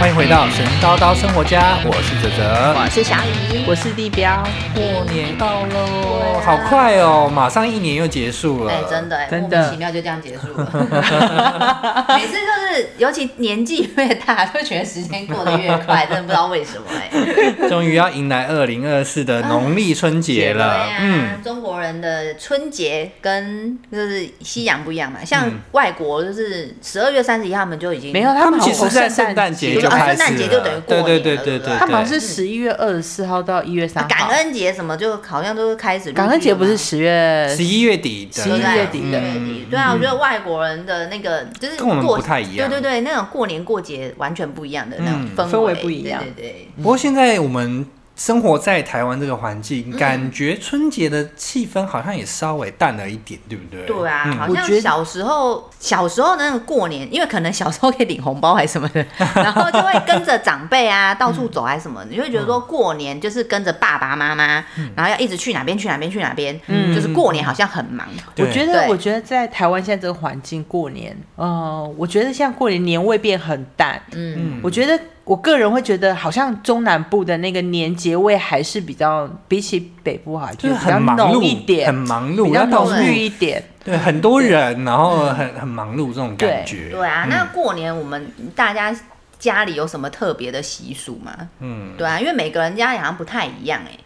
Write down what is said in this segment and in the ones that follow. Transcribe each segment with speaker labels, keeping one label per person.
Speaker 1: 欢迎回到神叨叨生活家，我是哲哲。
Speaker 2: 我是小姨，
Speaker 3: 我是地标，
Speaker 1: 过年到
Speaker 2: 对
Speaker 1: 喽，
Speaker 2: 啊
Speaker 1: 好快哦，马上一年又结束了。
Speaker 2: 哎、真的、哎
Speaker 3: 真的
Speaker 2: 莫名其妙就这样结束了。每次就是，尤其年纪越大，就觉得时间过得越快，真的不知道为什么哎、
Speaker 1: 终于要迎来二零二四的农历春节
Speaker 2: 对
Speaker 1: 了。
Speaker 2: 啊，
Speaker 1: 嗯，
Speaker 2: 中国人的春节跟就是西洋不一样嘛，像
Speaker 1: 嗯
Speaker 2: 外国就是十二月三十一，他们就已经
Speaker 3: 没有他
Speaker 1: 他们
Speaker 3: 们
Speaker 1: 其
Speaker 3: 好
Speaker 1: 实
Speaker 3: 像
Speaker 1: 在圣诞节就开
Speaker 2: 啊
Speaker 1: 始了，
Speaker 2: 圣诞节就等于
Speaker 1: 对
Speaker 2: 过年
Speaker 1: 对
Speaker 2: 了
Speaker 1: 对对
Speaker 2: 对不
Speaker 1: 对，
Speaker 2: 对
Speaker 3: 他们好像是十一月二十四号到一月三号，
Speaker 2: 啊感恩节什么，就好像都是开始陆续了嘛。
Speaker 3: 感恩节不是十月
Speaker 1: 十一月底的，
Speaker 3: 十一月底的
Speaker 2: 对
Speaker 1: 嗯
Speaker 2: 对啊，我觉得外国人的那个就是
Speaker 1: 跟我们
Speaker 2: 过
Speaker 1: 不太一样
Speaker 2: 对对对，那种过年过节完全不一样的那种
Speaker 1: 嗯
Speaker 2: 氛
Speaker 3: 氛
Speaker 2: 围
Speaker 3: 围不一样
Speaker 2: 对对对。
Speaker 1: 不过现在我们生活在台湾这个环境，感觉春节的气氛好像也稍微淡了一点，对不对？嗯
Speaker 2: 对啊，好
Speaker 3: 嗯我觉
Speaker 2: 像
Speaker 3: 得
Speaker 2: 小时候小时候那个过年，因为可能小时候可以领红包还是什么 的，然后就会跟着长辈啊到处走还是什么的，你会觉得
Speaker 3: 嗯
Speaker 2: 说过年就是跟着爸爸妈妈，然后要一直去哪边去哪边去哪边，
Speaker 3: 嗯
Speaker 2: 就是过年好像很忙。
Speaker 1: 对
Speaker 3: 我觉
Speaker 2: 对
Speaker 3: 得，我觉得在台湾现在这个环境过年，呃，我觉得像过年年味变很淡。
Speaker 2: 嗯，
Speaker 3: 我觉得我个人会觉得，好像中南部的那个年节味还是比较比起北部哈，
Speaker 1: 就是
Speaker 3: 比较
Speaker 1: 很忙
Speaker 3: 浓一
Speaker 1: 碌，很
Speaker 3: 点，
Speaker 1: 忙
Speaker 3: 比
Speaker 1: 碌，
Speaker 3: 较
Speaker 1: 要到
Speaker 3: 浓
Speaker 1: 处
Speaker 3: 郁一点。
Speaker 1: 对很多人，然后很很忙碌这种感觉。
Speaker 2: 对啊，
Speaker 1: 嗯
Speaker 2: 那过年我们大家家里有什么特别的习俗吗？
Speaker 1: 嗯，
Speaker 2: 对啊，因为每个人家里好像不太一样哎、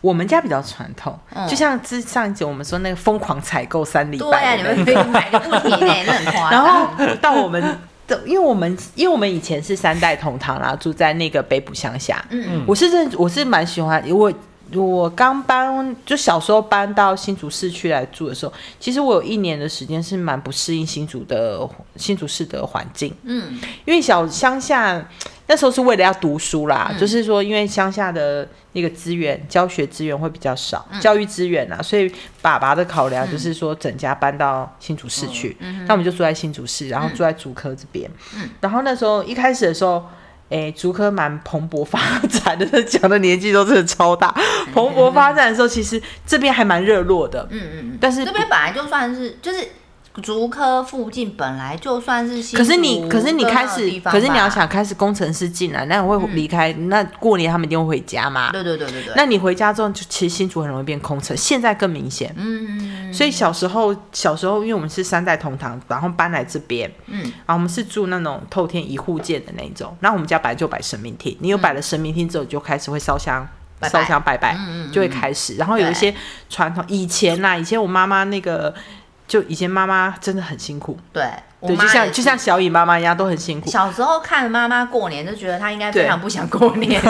Speaker 3: 我们家比较传统，
Speaker 2: 嗯
Speaker 3: 就像之上一集我们说那个疯狂采购三礼拜，
Speaker 2: 对啊，你们可以买个不停哎、那很夸张。
Speaker 3: 然后到我们的，因为我们因为我们以前是三代同堂啊啦，住在那个北埔乡下。
Speaker 2: 嗯
Speaker 3: 我是认我是蛮喜欢我。我刚搬，就小时候搬到新竹市区来住的时候，其实我有一年的时间是蛮不适应新竹的新竹市的环境，
Speaker 2: 嗯，
Speaker 3: 因为小乡下那时候是为了要读书啦，就是说因为乡下的那个资源、教学资源会比较少，教育资源啊，所以爸爸的考量就是说整家搬到新竹市去，那我们就住在新竹市，然后住在竹科这边，然后那时候一开始的时候。诶，竹科蛮蓬勃发展的， 讲的年纪都真的超大。蓬勃发展的时候，其实这边还蛮热络的，嗯嗯。但是
Speaker 2: 这边本来就算是就是竹科附近本来就算是新
Speaker 3: 可
Speaker 2: 竹
Speaker 3: 是你，可是你
Speaker 2: 热闹
Speaker 3: 开
Speaker 2: 的
Speaker 3: 始
Speaker 2: 地，方
Speaker 3: 可是你要
Speaker 2: 吧，嗯
Speaker 3: 想，开始工程师进来，那会离开，那过年他们一定会回家嘛？
Speaker 2: 对对对对对，
Speaker 3: 那你回家之后，就其实新竹很容易变空城，现在更明显。
Speaker 2: 嗯
Speaker 3: 所以小时候，小时候因为我们是三代同堂，然后搬来这边，
Speaker 2: 嗯嗯
Speaker 3: 然后我们是住那种透天一户建的那一种。那我们家本来就摆神明厅，你有摆了神明厅之后，你就开始会烧香。
Speaker 2: 嗯拜拜
Speaker 3: 烧香拜拜
Speaker 2: 嗯嗯嗯
Speaker 3: 就会开始，然后有一些传统，以前呐、以前我妈妈那个，就以前妈妈真的很辛苦，
Speaker 2: 对，我
Speaker 3: 对，
Speaker 2: 妈
Speaker 3: 就
Speaker 2: 也
Speaker 3: 像就是像小颖妈妈一样都很辛苦。
Speaker 2: 小时候看妈妈过年就觉得她应该非
Speaker 3: 对
Speaker 2: 常不想过 年，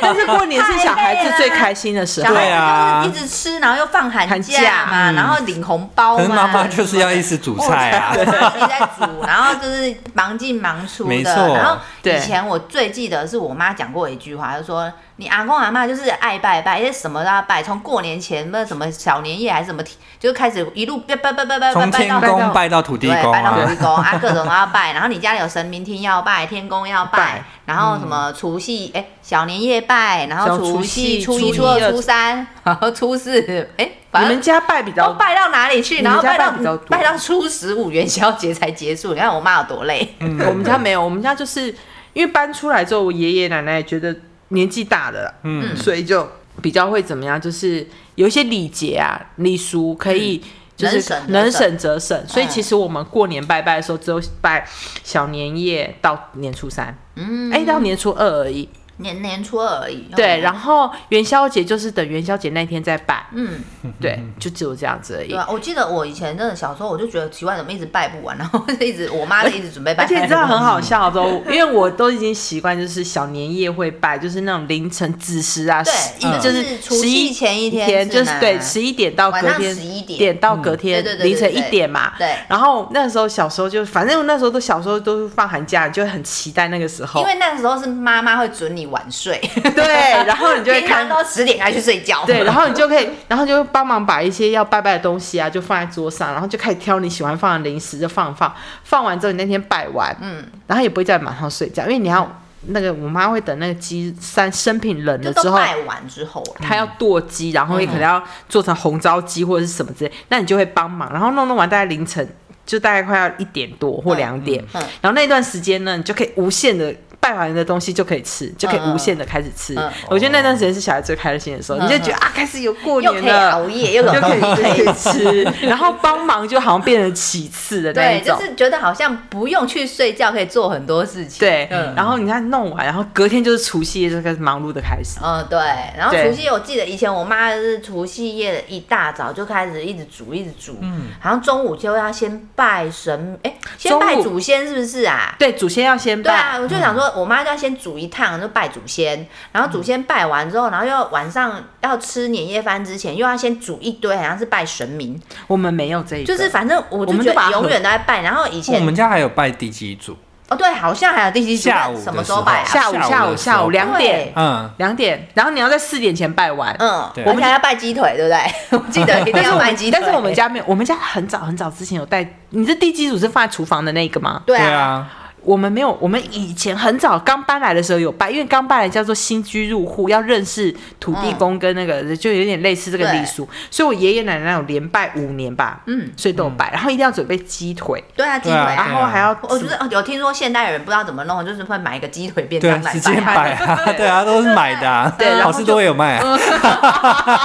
Speaker 3: 但是过年是小孩子最开心的时
Speaker 2: 小
Speaker 3: 候，
Speaker 1: 对啊
Speaker 2: 孩子就是一直吃，然后又放寒
Speaker 3: 寒
Speaker 2: 假
Speaker 3: 假嗯
Speaker 2: 嘛，然后领红包
Speaker 1: 可
Speaker 2: 嘛，
Speaker 1: 是妈妈就是要一直煮菜啊。
Speaker 2: 我妈一直在煮，然后就是忙进忙出
Speaker 1: 没
Speaker 2: 的。
Speaker 1: 错
Speaker 2: 然后以
Speaker 3: 对
Speaker 2: 前我最记得是我妈讲过一句话，就说你阿公阿妈就是爱拜拜，因为什么都要拜，从过年前那什么小年夜还是什么，就开始一路拜拜拜拜拜拜
Speaker 1: 从
Speaker 2: 拜
Speaker 1: 天
Speaker 2: 到。
Speaker 1: 公拜到土地
Speaker 2: 对，
Speaker 1: 公
Speaker 2: 拜到土
Speaker 1: 啊
Speaker 2: 地，公啊，各种都要拜。然后你家里有神明厅要拜，天公要拜
Speaker 3: 拜，
Speaker 2: 然后什么除夕哎、小年夜拜，然后
Speaker 3: 小
Speaker 2: 除
Speaker 3: 除
Speaker 2: 夕、
Speaker 3: 夕
Speaker 2: 初一、
Speaker 3: 初一
Speaker 2: 初二、
Speaker 3: 二
Speaker 2: 初三，然后初四，哎、反
Speaker 3: 你
Speaker 2: 正
Speaker 3: 们家拜比
Speaker 2: 都
Speaker 3: 较
Speaker 2: 拜到哪里去？
Speaker 3: 你
Speaker 2: 然
Speaker 3: 们
Speaker 2: 后
Speaker 3: 家
Speaker 2: 拜到
Speaker 3: 拜比较多
Speaker 2: 拜到初十五元宵节才结束，你看我妈有多累。
Speaker 1: 嗯
Speaker 3: 我们家没有，我们家就是因为搬出来之后，我爷爷奶奶觉得年纪大了啦，
Speaker 1: 嗯
Speaker 3: 嗯，所以就比较会怎么样，就是有一些礼节啊、礼俗可以。就
Speaker 2: 嗯能
Speaker 3: 是
Speaker 2: 省则
Speaker 3: 能
Speaker 2: 省
Speaker 3: 省则省，所以其实我们过年拜拜的时候，只有拜小年夜到年初三，
Speaker 2: 嗯，哦
Speaker 3: 哎、到年初二而已。
Speaker 2: 年年初二而已。
Speaker 3: 对，然
Speaker 2: 后
Speaker 3: 后元宵节就是等元宵节那天再拜，
Speaker 2: 嗯，
Speaker 3: 对，就只有这样子而已
Speaker 2: 对。啊，我记得我以前真的小时候，我就觉得奇怪，怎么一直拜不完，然后就一直我妈就一直准 备拜，
Speaker 3: 而且你知道很 好笑的哦，因为我都已经习惯，就是小年夜会拜，就是那种凌晨子时啊，
Speaker 2: 对
Speaker 3: 十
Speaker 2: 嗯
Speaker 3: 一就是
Speaker 2: 就是除夕
Speaker 3: 11
Speaker 2: 前一天啊
Speaker 3: 天，就是
Speaker 2: 吗
Speaker 3: 是对十一点到
Speaker 2: 晚
Speaker 3: 隔
Speaker 2: 上
Speaker 3: 天
Speaker 2: 11点
Speaker 3: 到隔天
Speaker 2: 对对对对
Speaker 3: 凌晨一
Speaker 2: 对
Speaker 3: 点嘛。
Speaker 2: 对
Speaker 3: 然后那时候小时候就，反正我那时候都小时候都是放寒假，就很期待那个时候
Speaker 2: 因。为那时候是妈妈会准你晚睡，
Speaker 3: 对， 然后你就会
Speaker 2: 平常
Speaker 3: 看。
Speaker 2: 都十点才去睡觉。
Speaker 3: 对，然后你就可以，然后就帮忙把一些要拜拜的东西啊，就放在桌上，然后就开始挑你喜欢放的零食，就放放。放完之后，你那天拜完，
Speaker 2: 嗯
Speaker 3: 嗯，然后也不会在马上睡觉，因为你要那个我妈会等那个鸡三生品冷
Speaker 2: 就
Speaker 3: 了
Speaker 2: 都
Speaker 3: 之后，
Speaker 2: 拜完之后啊了，
Speaker 3: 她要剁鸡，然后也可能要做成红糟鸡或者是什么之类，那你就会帮忙，然后弄弄完大概凌晨就大概快要一点多或两点，
Speaker 2: 嗯嗯
Speaker 3: 然后那段时间呢，你就可以无限的。拜完的东西就可以吃，就可以无限的开始吃。
Speaker 2: 嗯嗯
Speaker 3: 我觉得那段时间是小孩最开心的时候，你就觉得啊，开始有过
Speaker 2: 嗯又
Speaker 3: 年
Speaker 2: 可以
Speaker 3: 了，
Speaker 2: 熬夜，又
Speaker 3: 就可以
Speaker 2: 有
Speaker 3: 可以吃，然后帮忙就好像变成其次的那
Speaker 2: 对，
Speaker 3: 一种
Speaker 2: 就。是觉得好像不用去睡觉，可以做很多事情。
Speaker 3: 对，
Speaker 2: 嗯
Speaker 3: 然后你看弄完，然后隔天就是除夕夜，就开始忙碌的开始。
Speaker 2: 嗯，对。然后
Speaker 3: 对
Speaker 2: 除夕夜，我记得以前我妈是除夕夜一大早就开始一直煮，一直煮，嗯，好像中午就要先拜神，哎，先
Speaker 3: 中午
Speaker 2: 拜祖先是不是啊？
Speaker 3: 对，祖先要先
Speaker 2: 对
Speaker 3: 拜，
Speaker 2: 啊，我就想说，我妈就要先煮一趟，就拜祖先，然后祖先拜完之后，然后又晚上要吃年夜饭之前，又要先煮一堆，好像是拜神明，
Speaker 3: 我们没有这一个，
Speaker 2: 就是反正我
Speaker 3: 我
Speaker 2: 就
Speaker 3: 们
Speaker 2: 觉
Speaker 3: 都把它
Speaker 2: 得永
Speaker 3: 合
Speaker 2: 远都在拜。然后以
Speaker 1: 我
Speaker 2: 前
Speaker 1: 们家还有拜地基组，
Speaker 2: 哦，对，好像还有第七组
Speaker 1: 下午
Speaker 2: 什么
Speaker 1: 的
Speaker 2: 时候
Speaker 1: 时
Speaker 2: 拜
Speaker 1: 候
Speaker 2: 啊？
Speaker 3: 下午
Speaker 1: 下
Speaker 3: 下
Speaker 1: 午
Speaker 3: 午
Speaker 1: 的
Speaker 3: 下午
Speaker 1: 时候
Speaker 3: 两点
Speaker 1: 嗯，
Speaker 3: 两点，然后你要在四点前拜完。
Speaker 2: 嗯，
Speaker 1: 对
Speaker 2: 而且还要拜鸡腿，对不对？我记得一定
Speaker 3: 但是
Speaker 2: 要
Speaker 3: 我
Speaker 2: 拜
Speaker 3: 们
Speaker 2: 鸡腿。
Speaker 3: 但是我们家没有，我们家很早很早之前有带。你这地基组是放在厨房的那个吗？
Speaker 2: 对
Speaker 1: 对
Speaker 2: 啊，
Speaker 1: 啊，
Speaker 3: 我们没有，我们以前很早刚搬来的时候有拜，因为刚搬来叫做新居入户，要认识土地公跟那个，就有点类似这个
Speaker 2: 嗯对
Speaker 3: 礼俗。所以我爷爷奶奶有连拜五年吧，
Speaker 2: 嗯，
Speaker 3: 所以都有拜，然后一定要准备鸡腿，
Speaker 2: 对啊，鸡腿
Speaker 1: 对啊
Speaker 2: 啊。
Speaker 3: 然后还要
Speaker 2: 我就是有听说现代人不知道怎么弄，就是会买一个鸡腿便
Speaker 1: 对啊
Speaker 2: 当，来
Speaker 1: 直接
Speaker 2: 拜。
Speaker 1: 摆 啊，对啊，都是买的啊，
Speaker 3: 对然后
Speaker 1: 好事多也有卖
Speaker 2: 嗯
Speaker 1: 啊，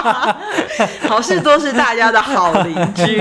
Speaker 3: 好事多是大家的好邻 居，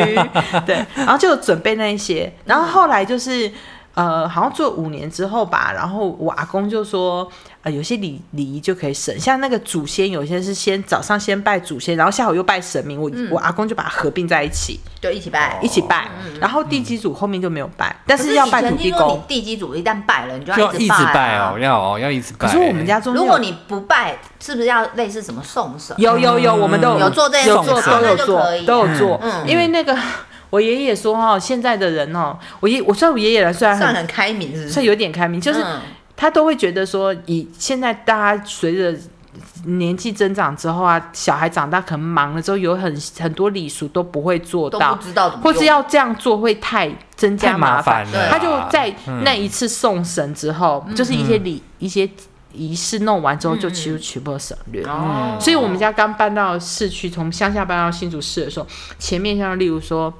Speaker 3: 对，然后就准备那一些，然后后来就是。呃，好像做五年之后吧，然后我阿公就说，呃，有些礼礼仪就可以省，像那个祖先，有些是先早上先拜祖先，然后下午又拜神明，我、
Speaker 2: 嗯
Speaker 3: 我阿公就把它合并在一起，
Speaker 2: 就一起拜
Speaker 3: 一。起拜，然后地基组后面就没有拜，哦但是要拜
Speaker 2: 哦嗯可
Speaker 3: 土
Speaker 2: 是以前
Speaker 3: 地
Speaker 2: 听说
Speaker 3: 公
Speaker 2: 你。地基主一旦拜了，你就
Speaker 1: 就
Speaker 2: 要
Speaker 1: 一直
Speaker 2: 直
Speaker 1: 拜
Speaker 2: 啊
Speaker 1: 哦，。要哦，要一直拜。
Speaker 3: 可是我们家中间
Speaker 2: 如
Speaker 3: 有
Speaker 2: 果你不拜，是不是要类似什么送啊神？
Speaker 3: 有有有，我们都
Speaker 2: 嗯有做这件事
Speaker 3: 有做
Speaker 1: 情
Speaker 3: 都有
Speaker 2: 那就
Speaker 3: 做
Speaker 2: 可以
Speaker 3: 都有做，
Speaker 2: 嗯
Speaker 3: 因为那个我爷爷说哈，现在的人哦，我爷我虽然我爷爷来虽然
Speaker 2: 算
Speaker 3: 很
Speaker 2: 很开明，是不
Speaker 3: 算
Speaker 2: 是？
Speaker 3: 有点开明，就是
Speaker 2: 嗯
Speaker 3: 他都会觉得说，以现在大家随着。年纪增长之后啊，小孩长大可能忙了之后，有很很多礼俗都不会做
Speaker 2: 都
Speaker 3: 到
Speaker 2: 不，知道怎么
Speaker 3: 或
Speaker 2: 用，哦
Speaker 3: 是要这样做会太增加
Speaker 1: 太麻
Speaker 3: 烦
Speaker 1: 烦。了啊，
Speaker 3: 他就在
Speaker 1: 嗯
Speaker 3: 那一次送神之后，
Speaker 2: 嗯
Speaker 3: 就是一些礼、一些仪式弄完之后，就其实取不省略。
Speaker 2: 哦。
Speaker 3: 嗯所以我们家刚搬到市区，从乡下搬到新竹市的时候，前面像例如说，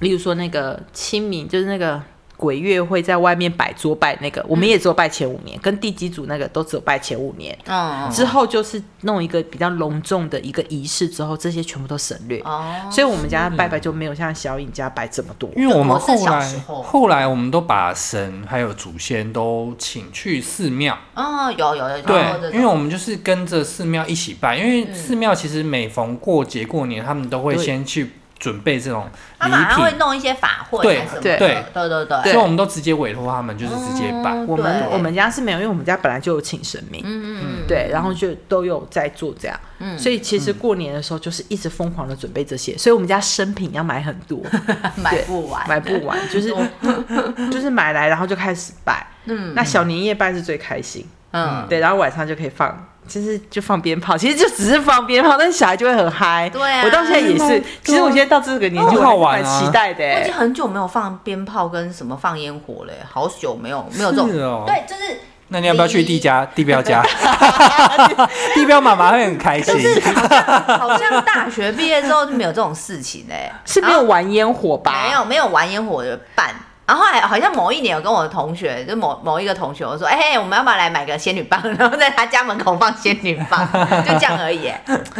Speaker 3: 例如说那个清明，就是那个鬼月会在外面摆桌拜那个，
Speaker 2: 嗯
Speaker 3: 我们也只有拜前五年，跟第几组那个都只有拜前五年。
Speaker 2: 嗯
Speaker 3: 之后就是弄一个比较隆重的一个仪式，之后这些全部都省略，
Speaker 2: 哦，
Speaker 3: 所以我们家拜拜就没有像小颖家拜这么
Speaker 2: 嗯
Speaker 3: 多。
Speaker 1: 因为我们
Speaker 2: 我是
Speaker 1: 后
Speaker 2: 小
Speaker 1: 来
Speaker 2: 时候
Speaker 1: 后来我们都把神还有祖先都请去寺庙，
Speaker 2: 哦有有有
Speaker 1: 对
Speaker 2: 有这，种嗯
Speaker 1: 因为我们就是跟着寺庙一起拜，因为寺庙其实每逢过节过年，他们都会
Speaker 3: 对
Speaker 1: 先去准备这种
Speaker 2: 他
Speaker 1: 礼
Speaker 2: 马上会
Speaker 1: 品，
Speaker 2: 弄一些法会
Speaker 1: 对
Speaker 2: 还是什么
Speaker 3: 对
Speaker 2: 的，对对对
Speaker 1: 所以我们都直接委托他们，就是直接拜。
Speaker 2: 嗯
Speaker 3: 我们
Speaker 2: 对
Speaker 3: 我们家是没有，因为我们家本来就有请神明，
Speaker 2: 嗯嗯嗯，
Speaker 3: 对，然后就都有在做这样，所以其实过年的时候就是一直疯狂的准备这些，所以我们家生品要买很多，
Speaker 2: 嗯买不完，哦
Speaker 3: 买不完，就是 就是买来然后就开始拜，嗯，那小年夜拜是最开心，
Speaker 2: 嗯，
Speaker 3: 对，然后晚上就可以放。其实就放鞭炮，其实就只是放鞭炮，但是小孩就会很嗨。
Speaker 2: 对啊
Speaker 3: 我到现在也是。其实我现在到这个年
Speaker 1: 很
Speaker 3: 纪，我
Speaker 1: Oh 好
Speaker 3: 还
Speaker 1: 玩
Speaker 3: 是
Speaker 1: 啊
Speaker 3: 蛮期待的、
Speaker 2: 我已
Speaker 3: 欸
Speaker 2: 经。很久没有放鞭炮跟什么放烟火了，好久没有没有这种
Speaker 1: 是，哦
Speaker 2: 对，就是
Speaker 1: 那你要不要去地家地标家？地标妈妈会很开心。
Speaker 2: 好像大学毕业之后就没有这种事情嘞，
Speaker 3: 是没有玩烟火吧？
Speaker 2: 没有没有玩烟火的办。然后后来好像某一年，我跟我的同学，就某某一个同学，我说：“哎、我们要不要来买个仙女棒？ 然后在他家门口放仙女棒，就这样而已。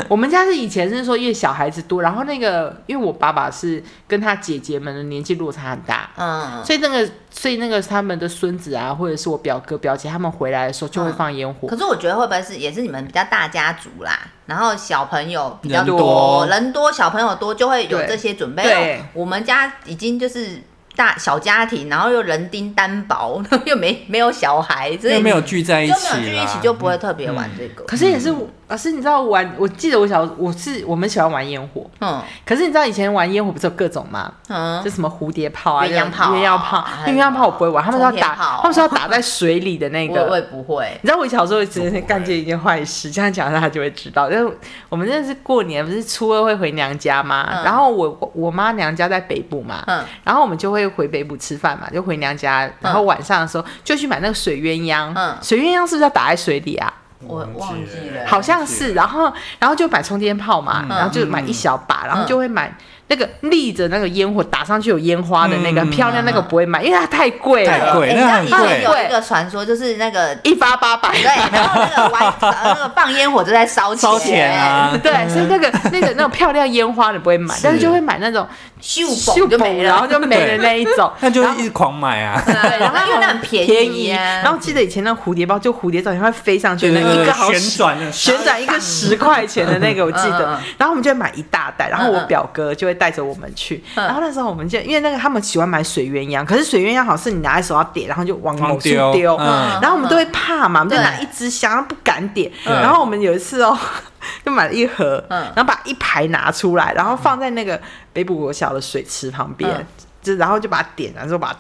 Speaker 3: 我们家是以前是说，因为小孩子多，然后那个因为我爸爸是跟他姐姐们的年纪落差很大”，
Speaker 2: 嗯，
Speaker 3: 所以那个所以那个他们的孙子啊，或者是我表哥表姐他们回来的时候就会放烟火。
Speaker 2: 可是我觉得会不会是也是你们比较大家族啦，然后小朋友比较
Speaker 1: 人
Speaker 2: 多，
Speaker 1: 多
Speaker 2: 人多小朋友多就会有
Speaker 3: 对
Speaker 2: 这些准备。
Speaker 3: 对
Speaker 2: 因为我们家已经就是大小家庭，然后又人丁单薄， 又没没有小孩，所以
Speaker 1: 又没有聚在一
Speaker 2: 就没有
Speaker 1: 起
Speaker 2: 聚
Speaker 1: 啦，
Speaker 2: 一起就不会特别玩这个。
Speaker 3: 可是也是老师，你知道玩？我记得我小我是我们喜欢玩烟火，
Speaker 2: 嗯
Speaker 3: 可是你知道以前玩烟火不是有各种吗？
Speaker 2: 嗯
Speaker 3: 就什么蝴蝶炮啊、哎
Speaker 2: 鸳鸯炮啊
Speaker 3: 鸳鸯炮、
Speaker 2: 还
Speaker 3: 鸳
Speaker 2: 有
Speaker 3: 鸯炮我不会玩，他们是要
Speaker 2: 冲天
Speaker 3: 打，
Speaker 2: 炮
Speaker 3: 他们是要打在水里的那
Speaker 2: 我我
Speaker 3: 个。
Speaker 2: 也不会，
Speaker 3: 你知道我小时候只是干这一件坏事，这样讲大家就会知道。但是我们那是过年，不是初二会回娘家嘛？
Speaker 2: 嗯
Speaker 3: 然后我我我妈娘家在北部嘛，
Speaker 2: 嗯
Speaker 3: 然后我们就会回北部吃饭嘛，就回娘家。然后晚上的时候就去买那个水鸳鸯，
Speaker 2: 嗯
Speaker 3: 水鸳鸯是不是要打在水里啊？
Speaker 2: 我忘记了
Speaker 3: 好像是，然后然后就买冲天炮嘛，
Speaker 1: 嗯
Speaker 3: 然后就买一小把，然后
Speaker 2: 嗯
Speaker 3: 就会买那个立着那个烟火打上去有烟花的那个、
Speaker 1: 嗯
Speaker 3: 漂亮那个不会买，因为它太贵
Speaker 1: 太
Speaker 3: 了，
Speaker 1: 贵，
Speaker 2: 哎
Speaker 1: 那很
Speaker 2: 你知道以前
Speaker 1: 贵。
Speaker 2: 有一个传说，就是那个
Speaker 3: 一发八百。
Speaker 2: 对， 然后那个玩呃那个放烟火就在烧钱，
Speaker 1: 烧钱啊！
Speaker 3: 对，所以那个那个那种漂亮烟花你不会买，
Speaker 1: 是
Speaker 3: 但是就会买那种
Speaker 2: 秀宝就没
Speaker 3: 然后
Speaker 2: 了。
Speaker 3: 就没了那一种
Speaker 1: 。那就是一直狂买啊，
Speaker 2: 对，然后因为那很便
Speaker 3: 便
Speaker 2: 宜
Speaker 3: 宜，
Speaker 2: 啊，
Speaker 3: 然后记得以前那个蝴蝶包，就蝴蝶照片会飞上去，
Speaker 1: 就
Speaker 3: 那
Speaker 1: 是
Speaker 3: 一个好
Speaker 1: 旋转啊的
Speaker 3: 旋转一个十块钱的那个，我记
Speaker 2: 嗯嗯
Speaker 3: 得
Speaker 2: 嗯。
Speaker 3: 然后我们就买一大袋，然后我
Speaker 2: 嗯嗯
Speaker 3: 表哥就会带着我们去。
Speaker 2: 嗯
Speaker 3: 然后那时候我们就因为那个他们喜欢买水鸳鸯，可是水鸳鸯好像是你拿在手上点，然后就往某
Speaker 1: 狂
Speaker 3: 处
Speaker 1: 丢，
Speaker 3: 丢。
Speaker 1: 嗯，
Speaker 3: 然后我们都会怕嘛，我们就
Speaker 2: 对
Speaker 3: 拿一支香，然后不敢点。
Speaker 1: 嗯
Speaker 3: 然后我们有一次哦， 就买了一盒，
Speaker 2: 嗯
Speaker 3: 然后把一排拿出来，然后放在那个北部国小的水池旁
Speaker 2: 嗯
Speaker 3: 边，就然后就把它点燃之后把它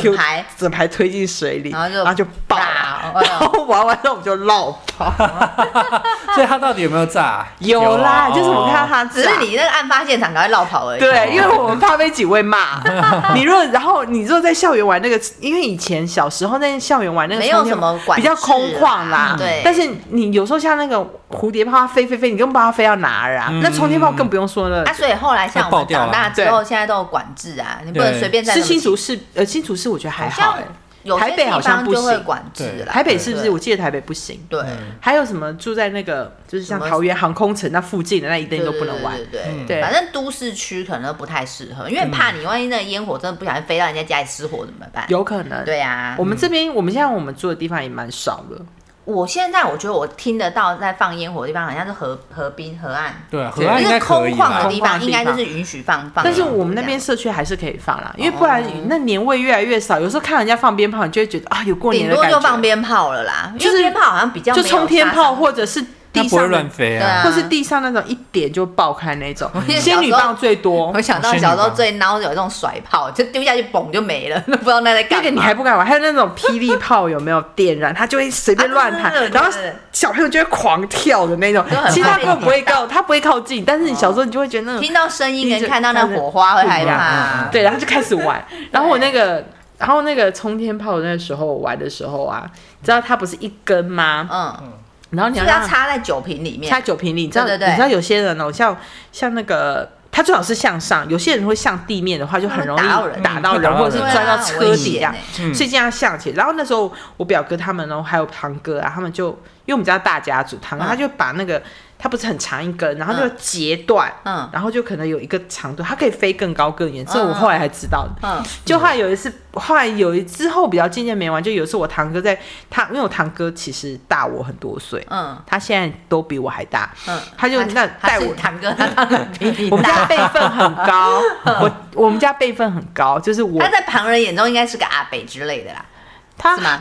Speaker 2: 整排
Speaker 3: Q- 整排推进水里，
Speaker 2: 然后就
Speaker 3: 爆
Speaker 2: 爆
Speaker 3: 了，
Speaker 2: 哎呦
Speaker 3: 然后玩完之后我们就落跑。
Speaker 1: 所以它到底有没有炸？啊
Speaker 3: 有啦，就是我们看到
Speaker 1: 它，
Speaker 3: 他，
Speaker 2: 只是。你那个案发现场赶快绕跑而已。
Speaker 3: 对，因为我们怕被警卫骂。你若然后你若在校园玩那个，因为以前小时候在校园玩那个
Speaker 2: 没有
Speaker 3: 冲天
Speaker 2: 什么管
Speaker 3: 比较
Speaker 2: 制
Speaker 3: 空旷啦
Speaker 2: 啦。对
Speaker 3: 但是你有时候像那个蝴蝶炮，它飞飞飞，你根本不知道它飞到哪儿啊。
Speaker 1: 嗯
Speaker 3: 那冲天炮更不用说了
Speaker 2: 啊，，所以后来像我
Speaker 1: 爆
Speaker 2: 们
Speaker 1: 掉
Speaker 2: 长
Speaker 1: 了
Speaker 2: 大之
Speaker 3: 对
Speaker 2: 后，现在都有管制啊，你不能
Speaker 1: 对
Speaker 2: 随便在
Speaker 3: 是
Speaker 2: 那么
Speaker 3: 新竹市呃新竹市我觉得还
Speaker 2: 好
Speaker 3: 好
Speaker 2: 像
Speaker 3: 哎，
Speaker 2: 有
Speaker 3: 台
Speaker 2: 些
Speaker 3: 北好
Speaker 2: 地
Speaker 3: 像
Speaker 2: 方
Speaker 3: 不
Speaker 2: 就会
Speaker 3: 行
Speaker 2: 管制
Speaker 1: 对
Speaker 2: 啦。
Speaker 3: 台北是不是？
Speaker 2: 对
Speaker 3: 我记得台北不行。
Speaker 2: 对，
Speaker 1: 嗯
Speaker 3: 还有什么住在那个就是像
Speaker 2: 什么
Speaker 3: 桃园航空城那附近的那一定都不能玩嗯
Speaker 2: 对。对对对
Speaker 1: 嗯
Speaker 2: 对，
Speaker 3: 对
Speaker 2: 反正都市区可能不太适合，因为怕你万一那个烟火真的不小心飞到人家家里失火怎么办？
Speaker 3: 有可能。
Speaker 2: 对啊
Speaker 3: 我，们这边我们现在我们住的地方也蛮少了，
Speaker 2: 我现在我觉得我听得到在放烟火的地方，好像是河河滨河岸，
Speaker 1: 对，河
Speaker 3: 啊
Speaker 1: 岸应该
Speaker 2: 个空
Speaker 1: 可以
Speaker 2: 旷的
Speaker 1: 吧？
Speaker 2: 地
Speaker 3: 空旷
Speaker 2: 方，
Speaker 3: 的
Speaker 2: 应该
Speaker 3: 地
Speaker 2: 就
Speaker 3: 方
Speaker 2: 是允许放放烟火这样。
Speaker 3: 但是我们那边社区还是可以放啦，因为不
Speaker 2: 哦
Speaker 3: 然那年味越来越少，有时候看人家放鞭炮，你就会觉得啊有过年
Speaker 2: 顶
Speaker 3: 的
Speaker 2: 多
Speaker 3: 感
Speaker 2: 就
Speaker 3: 觉。
Speaker 2: 放鞭炮了啦，因
Speaker 3: 就
Speaker 2: 为
Speaker 3: 是
Speaker 2: 鞭炮好像比较
Speaker 3: 就
Speaker 2: 没有
Speaker 3: 冲天
Speaker 2: 杀
Speaker 3: 炮
Speaker 2: 伤力
Speaker 3: 或者是
Speaker 1: 它
Speaker 3: 地
Speaker 1: 不会
Speaker 3: 上的
Speaker 1: 乱飞
Speaker 2: 对啊
Speaker 1: 啊，
Speaker 3: 或是地上那种一点就爆开那种
Speaker 2: 记得，
Speaker 3: 仙女
Speaker 2: 小时候
Speaker 3: 棒最多
Speaker 2: 我。想到小时候最孬有一种甩炮，就丢下去嘣就没了，都不知道那在干嘛。
Speaker 3: 那个你还不敢玩，还有那种霹雳炮有没有点燃，它就会随便乱
Speaker 2: 啊
Speaker 3: 弹
Speaker 2: 对对，对
Speaker 3: 然后
Speaker 2: 对对
Speaker 3: 小朋友就会狂跳的那种
Speaker 2: 就很。
Speaker 3: 其实
Speaker 2: 怕
Speaker 3: 它
Speaker 2: 被
Speaker 3: 根本不会
Speaker 2: 点到
Speaker 3: 靠，它不会靠近，但是你小时候你就会觉得那种
Speaker 2: 听到声音
Speaker 3: 你
Speaker 2: 跟
Speaker 3: 就
Speaker 2: 看到那火花会害怕。
Speaker 3: 对，然后就开始 玩。然后我那个，然后那个冲天炮那时候我玩的时候啊，你知道它不是一根吗？
Speaker 2: 嗯，
Speaker 3: 然后你
Speaker 2: 就
Speaker 3: 要
Speaker 2: 是要
Speaker 3: 让它
Speaker 2: 插在酒瓶里面
Speaker 3: 插。酒瓶里，你知道
Speaker 2: 对对对
Speaker 3: 你知道有些人哦，像像那个。他最好是向上，有些人会向地面的话，就很容易
Speaker 2: 打到人
Speaker 3: 打到
Speaker 1: 嗯打
Speaker 3: 人，
Speaker 1: 到
Speaker 3: 或者是
Speaker 1: 人
Speaker 3: 钻到车底
Speaker 2: 对啊
Speaker 3: 啊
Speaker 2: 很危险欸，
Speaker 1: 嗯
Speaker 3: 所以这样向前。然后那时候我表哥他们哦，还有堂哥啊，他们就因为我们家大家族，堂
Speaker 2: 嗯
Speaker 3: 哥他就把那个他不是很长一根，然后就
Speaker 2: 嗯
Speaker 3: 截断，
Speaker 2: 嗯
Speaker 3: 然后就可能有一个长度，它可以飞更高更远，这我后来才知道的。
Speaker 2: 嗯，
Speaker 3: 就后来有一次，后来有一之后比较渐渐没玩，就有一次我堂哥在他，因为我堂哥其实大我很多岁，
Speaker 2: 嗯
Speaker 3: 他现在都比我还大，
Speaker 2: 嗯，
Speaker 3: 他就那带
Speaker 2: 是
Speaker 3: 我
Speaker 2: 堂哥，他当然比你
Speaker 3: 我们家
Speaker 2: 大。
Speaker 3: 辈分很高，我我们家辈分很高，就是 我
Speaker 2: 他在旁人眼中应该是个阿北之类的啦，
Speaker 3: 他
Speaker 2: 是吗？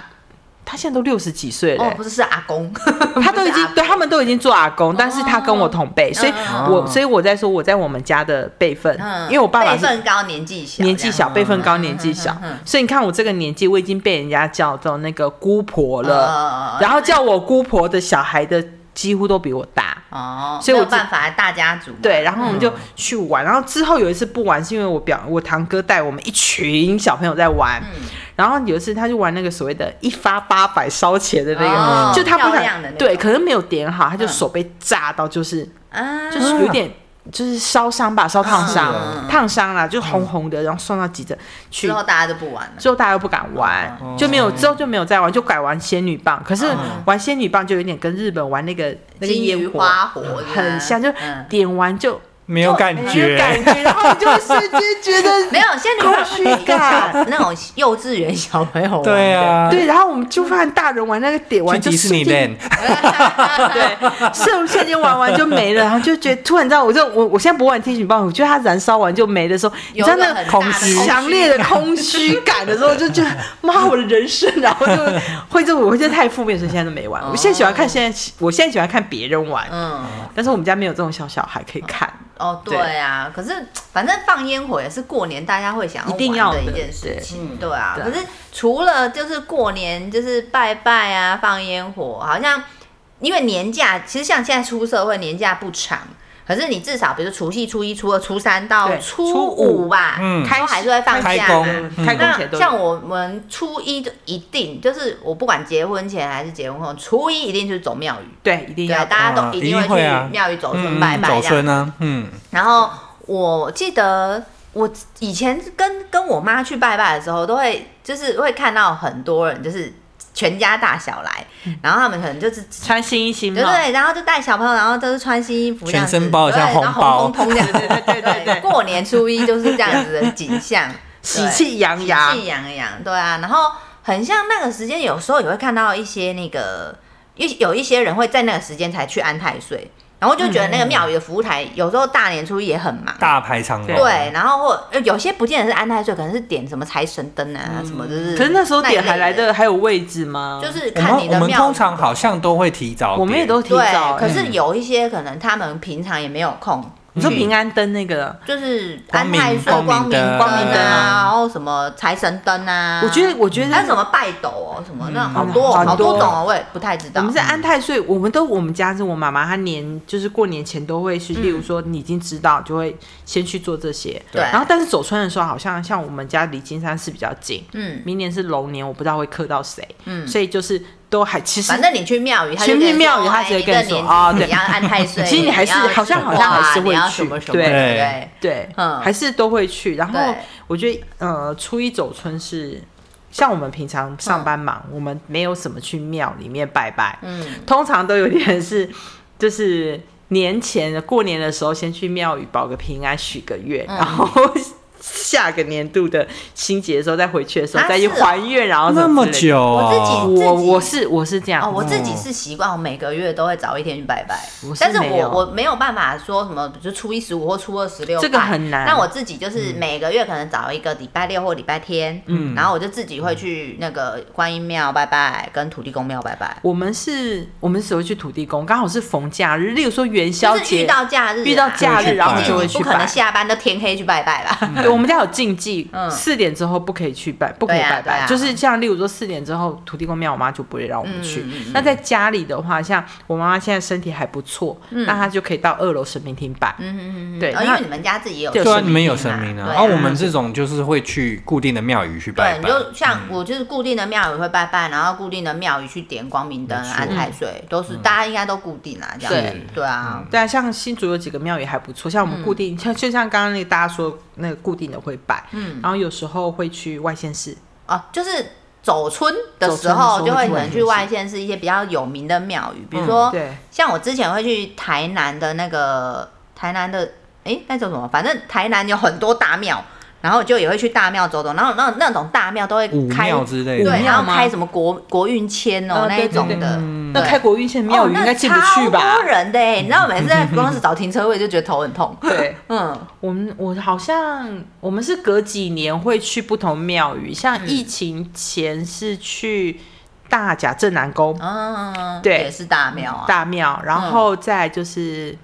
Speaker 3: 他现在都六十几岁了、
Speaker 2: 哦，不是，是阿公，
Speaker 3: 他都已 经对他们都已经做阿公，但是他跟我同辈，所以
Speaker 2: 哦嗯
Speaker 3: 我
Speaker 1: 嗯
Speaker 3: 所以我在说我在我们家的辈分，
Speaker 2: 嗯，
Speaker 3: 因为我爸爸
Speaker 2: 辈
Speaker 3: 是
Speaker 2: 分高，年纪小，
Speaker 3: 年纪小，辈分高，年纪
Speaker 2: 嗯
Speaker 3: 小
Speaker 2: 嗯嗯，
Speaker 3: 所以你看我这个年纪，我已经被人家叫做那个姑婆
Speaker 2: 这样
Speaker 3: 了，
Speaker 2: 嗯嗯嗯
Speaker 3: 然后叫我姑婆的小孩的几乎都比我大。
Speaker 2: 哦，
Speaker 3: 所以
Speaker 2: 没
Speaker 3: 我
Speaker 2: 有办法，大家族嘛
Speaker 3: 对，然后我们就去玩，然后之后有一次不玩，是因为我表我堂哥带我们一群小朋友在玩，
Speaker 2: 嗯
Speaker 3: 然后有一次他就玩那个所谓的一发八百烧钱的那个，
Speaker 2: 哦
Speaker 3: 就他不
Speaker 2: 漂亮的那种
Speaker 3: 想对，可能没有点好，他就
Speaker 2: 嗯
Speaker 3: 手被炸到，就是、
Speaker 2: 啊，
Speaker 3: 就是有点就是烧伤吧，烧烫伤，
Speaker 2: 嗯
Speaker 3: 烫伤啦，就红红的，然后送到急诊去
Speaker 2: 之后大家就不玩了。
Speaker 3: 之后大家又不敢玩，
Speaker 1: 哦
Speaker 3: 就没有之后就没有再玩，就改玩仙女棒。可是
Speaker 2: 嗯
Speaker 3: 玩仙女棒就有点跟日本玩那个那个
Speaker 2: 金鱼
Speaker 3: 烟火嗯
Speaker 2: 花火
Speaker 3: 很像，就
Speaker 2: 嗯
Speaker 3: 点完就
Speaker 1: 没有感
Speaker 3: 没有
Speaker 1: 觉，
Speaker 3: 感觉，然后你就会瞬间觉得
Speaker 2: 没有，现在你会
Speaker 3: 空虚感
Speaker 2: 那种幼稚园小朋友玩的
Speaker 1: 对， 啊，
Speaker 3: 对，然后我们就发现大人玩那个点
Speaker 1: 去
Speaker 3: 玩就
Speaker 1: 迪士尼
Speaker 3: 瞬间
Speaker 1: land，
Speaker 3: 对，瞬瞬间玩完就没了，然后就觉得突然知道，我就我我现在不玩天气棒，我觉得它燃烧完就没的时候，你
Speaker 2: 有
Speaker 3: 知道
Speaker 2: 一个
Speaker 3: 那
Speaker 2: 很
Speaker 3: 个
Speaker 2: 大的
Speaker 1: 空虚
Speaker 3: 强烈的空虚感的时候，我就觉得妈我的人生，然后就会这我会觉得太负面，所以现在都没玩。我现在喜欢看现在，我现在喜欢看别人玩，
Speaker 2: 哦嗯，
Speaker 3: 但是我们家没有这种小小孩可以看。
Speaker 2: 哦，对啊，可是反正放烟火也是过年大家会想
Speaker 3: 一定要
Speaker 2: 玩
Speaker 3: 的
Speaker 2: 的一件事情，对啊。
Speaker 3: 对啊
Speaker 2: 可是除了就是过年就是拜拜啊，放烟火，好像因为年假，其实像现在出社会年假不长。可是你至少，比如除夕、初一、初二、初三到
Speaker 3: 对
Speaker 2: 初
Speaker 3: 初
Speaker 2: 五
Speaker 3: 五
Speaker 2: 吧，
Speaker 1: 嗯
Speaker 2: 开还是会放
Speaker 1: 开
Speaker 2: 假
Speaker 1: 工
Speaker 2: 嘛。
Speaker 1: 嗯
Speaker 3: 开工前
Speaker 2: 那
Speaker 3: 都
Speaker 2: 像我们初一就一定就是，我不管结婚前还是结婚后，初一一定就是走庙宇，
Speaker 3: 对，一定
Speaker 2: 对，
Speaker 3: 要
Speaker 2: 大家都一定
Speaker 1: 啊一定会啊
Speaker 2: 去庙宇走村
Speaker 1: 嗯，
Speaker 2: 拜
Speaker 1: 走
Speaker 2: 拜这样
Speaker 1: 村啊，嗯，
Speaker 2: 然后我记得我以前跟跟我妈去拜拜的时候，都会就是会看到很多人，就是全家大小来，
Speaker 1: 嗯
Speaker 2: 然后他们可能就是。
Speaker 3: 穿新衣新
Speaker 2: 对
Speaker 3: 帽。
Speaker 2: 对，然后就带小朋友，然后都是穿新衣服，这样子
Speaker 1: 全身包
Speaker 2: 对
Speaker 1: 像
Speaker 2: 然后
Speaker 1: 红
Speaker 2: 红
Speaker 1: 包
Speaker 2: 彤彤这样子，
Speaker 3: 对对对对对
Speaker 2: 过年初一就是这样子的景象，
Speaker 3: 喜气洋洋
Speaker 2: 喜气洋洋，对啊。然后很像那个时间，有时候也会看到一些那个，有有一些人会在那个时间才去安太岁，然后就觉得那个庙宇的服务台有时候大年初一也很忙，
Speaker 1: 大排长龙，
Speaker 3: 哎
Speaker 2: 对，然后或呃有些不见得是安太岁，可能是点什么财神灯啊，什么就是。
Speaker 3: 嗯可是那时候点还来嗯
Speaker 2: 的，
Speaker 3: 的还有位置吗？
Speaker 2: 就是
Speaker 1: 我
Speaker 2: 看
Speaker 1: 们
Speaker 2: 你
Speaker 1: 我
Speaker 2: 的
Speaker 1: 们
Speaker 2: 庙。
Speaker 1: 通常好像都会提早点，嗯
Speaker 3: 我们也都提早
Speaker 2: 对，可
Speaker 3: 欸。
Speaker 2: 是有一些可能他们平常也没有空，
Speaker 3: 你说平安灯那个，
Speaker 2: 就是
Speaker 1: 光
Speaker 2: 安
Speaker 1: 明
Speaker 2: 太岁
Speaker 1: 光明
Speaker 2: 光明
Speaker 1: 灯
Speaker 3: 光明
Speaker 2: 灯
Speaker 3: 灯
Speaker 2: 啊，
Speaker 1: 啊
Speaker 2: 然后什么财神灯啊。
Speaker 3: 我觉得我觉得
Speaker 2: 还有什么拜斗哦，什么那
Speaker 1: 嗯
Speaker 2: 好多哦
Speaker 3: 好
Speaker 2: 好多
Speaker 3: 多
Speaker 2: 种哦，我也不太知
Speaker 3: 我
Speaker 2: 道
Speaker 3: 们。在安泰岁，我们都我们家是我妈妈，她年就是过年前都会去，例如说你已经知道，就会先去做这些。
Speaker 2: 嗯对
Speaker 3: 然后但是走村的时候，好像像我们家离金山寺比较近，
Speaker 2: 嗯
Speaker 3: 明年是龙年，我不知道会克到谁，
Speaker 2: 嗯，
Speaker 3: 所以就是都还其实
Speaker 2: 反正你去庙宇，他就
Speaker 3: 前
Speaker 2: 跟你
Speaker 3: 面庙
Speaker 2: 说
Speaker 3: 宇他
Speaker 2: 哎
Speaker 3: 直接
Speaker 2: 你
Speaker 3: 跟
Speaker 2: 的
Speaker 3: 你说
Speaker 2: 年
Speaker 3: 啊
Speaker 2: 纪
Speaker 3: 对
Speaker 2: 你要安太岁，
Speaker 3: 其实你还是
Speaker 2: 要
Speaker 3: 好像
Speaker 2: 什么
Speaker 3: 好像还
Speaker 2: 啊
Speaker 3: 是
Speaker 2: 你
Speaker 3: 会
Speaker 2: 要
Speaker 3: 去
Speaker 2: 什么什么
Speaker 3: 对
Speaker 2: 对
Speaker 3: 对，
Speaker 2: 嗯
Speaker 3: 还是都会去。然后
Speaker 2: 对
Speaker 3: 我觉得呃，初一走村是像我们平常上班忙，我们没有什么去庙里面拜拜，
Speaker 2: 嗯
Speaker 3: 通常都有点是，就是年前的过年的时候，先去庙宇保个平安，许个愿，
Speaker 2: 嗯
Speaker 3: 然后下个年度的新节的时候再回去的时候、
Speaker 2: 啊
Speaker 3: 再去
Speaker 2: 是哦
Speaker 3: 还愿，然后什
Speaker 1: 那么
Speaker 3: 么之类的。
Speaker 1: 久哦，
Speaker 2: 我自己
Speaker 3: 我我是我是这样，
Speaker 2: 哦，我自己
Speaker 1: 哦
Speaker 2: 是习惯，我每个月都会早一天去拜拜，
Speaker 3: 我是
Speaker 2: 但是
Speaker 3: 没
Speaker 2: 我
Speaker 3: 有
Speaker 2: 我没有办法说什么，就初一十五或初二十六，
Speaker 3: 这个很难嗯
Speaker 2: 那我自己就是每个月可能找一个礼拜六或礼拜天，嗯，然后我就自己会去那个观音庙拜拜，跟土地公庙拜拜，
Speaker 3: 我们是我们只会去土地公，刚好是逢假日，例如说元宵
Speaker 2: 就是遇
Speaker 3: 节，
Speaker 2: 到假日啊，
Speaker 3: 遇到假
Speaker 1: 日然后
Speaker 2: 毕竟
Speaker 1: 就
Speaker 3: 会
Speaker 2: 你不
Speaker 3: 去
Speaker 2: 可能
Speaker 3: 拜
Speaker 2: 下班都天黑去拜拜吧？
Speaker 3: 对，我们家有禁忌
Speaker 2: 嗯，
Speaker 3: 四、点之后不可以去拜，不可以
Speaker 2: 对啊
Speaker 3: 拜拜。
Speaker 2: 对啊
Speaker 3: 就是像例如说四点之后土地公庙，我妈就不会让我们去。
Speaker 2: 嗯嗯
Speaker 3: 那在家里的话，像我妈妈现在身体还不错，那她就可以到二楼神明厅拜。
Speaker 2: 嗯嗯嗯嗯，
Speaker 3: 对
Speaker 2: 哦因
Speaker 3: 那
Speaker 2: 为你们家自己也有
Speaker 3: 对
Speaker 1: 对啊，
Speaker 3: 神
Speaker 1: 你
Speaker 3: 明
Speaker 1: 们有
Speaker 2: 厅
Speaker 1: 神
Speaker 2: 嘛
Speaker 1: 明啊，
Speaker 2: 对
Speaker 1: 然后
Speaker 2: 啊
Speaker 1: 我们这种就是会去固定的庙宇去拜嗯
Speaker 2: 对，你
Speaker 1: 拜，
Speaker 2: 就像我就是固定的庙宇会拜拜，然后固定的庙宇去点光明灯、啊
Speaker 1: 没错嗯
Speaker 2: 安太岁，都是大家应该都固定啦，这样子
Speaker 3: 是。
Speaker 2: 对啊，
Speaker 3: 对啊，像新竹有几个庙也还不错，
Speaker 2: 嗯
Speaker 3: 像我们固定，像、就像刚刚那个大家说那个固定的会拜，
Speaker 2: 嗯
Speaker 3: 然后有时候会去外县市，
Speaker 2: 哦，就是走村的
Speaker 3: 走
Speaker 2: 时
Speaker 3: 村的时
Speaker 2: 候
Speaker 3: 候
Speaker 2: 就会
Speaker 3: 会去
Speaker 2: 可
Speaker 3: 外
Speaker 2: 能去
Speaker 3: 县
Speaker 2: 外县市一些比较有名的庙宇，比如说
Speaker 3: 嗯对，
Speaker 2: 像我之前会去台南的那个台南的，诶，那叫什么？反正台南有很多大庙。然后就也会去大庙走走，然后那那种大庙都会
Speaker 1: 武
Speaker 2: 开
Speaker 1: 庙之类
Speaker 3: 武
Speaker 1: 的
Speaker 2: 对，
Speaker 3: 庙，
Speaker 2: 然后
Speaker 3: 吗
Speaker 2: 开什么国国运签哦、
Speaker 3: 啊
Speaker 2: 那
Speaker 3: 对
Speaker 2: 一
Speaker 3: 对
Speaker 2: 种
Speaker 3: 对
Speaker 2: 的，
Speaker 3: 那
Speaker 2: 嗯对
Speaker 3: 开国运线庙宇应该进不去
Speaker 2: 哦、那
Speaker 3: 吧？
Speaker 2: 超多人的 欸，你知道我每次在光是找停车位就觉得头很痛。
Speaker 3: 对。
Speaker 2: 嗯，
Speaker 3: 我们我好像我们是隔几年会去不同庙宇，像疫情前是去大甲镇南宫、
Speaker 2: 嗯，
Speaker 3: 对
Speaker 2: 也是大庙啊。
Speaker 3: 大庙，然后再就是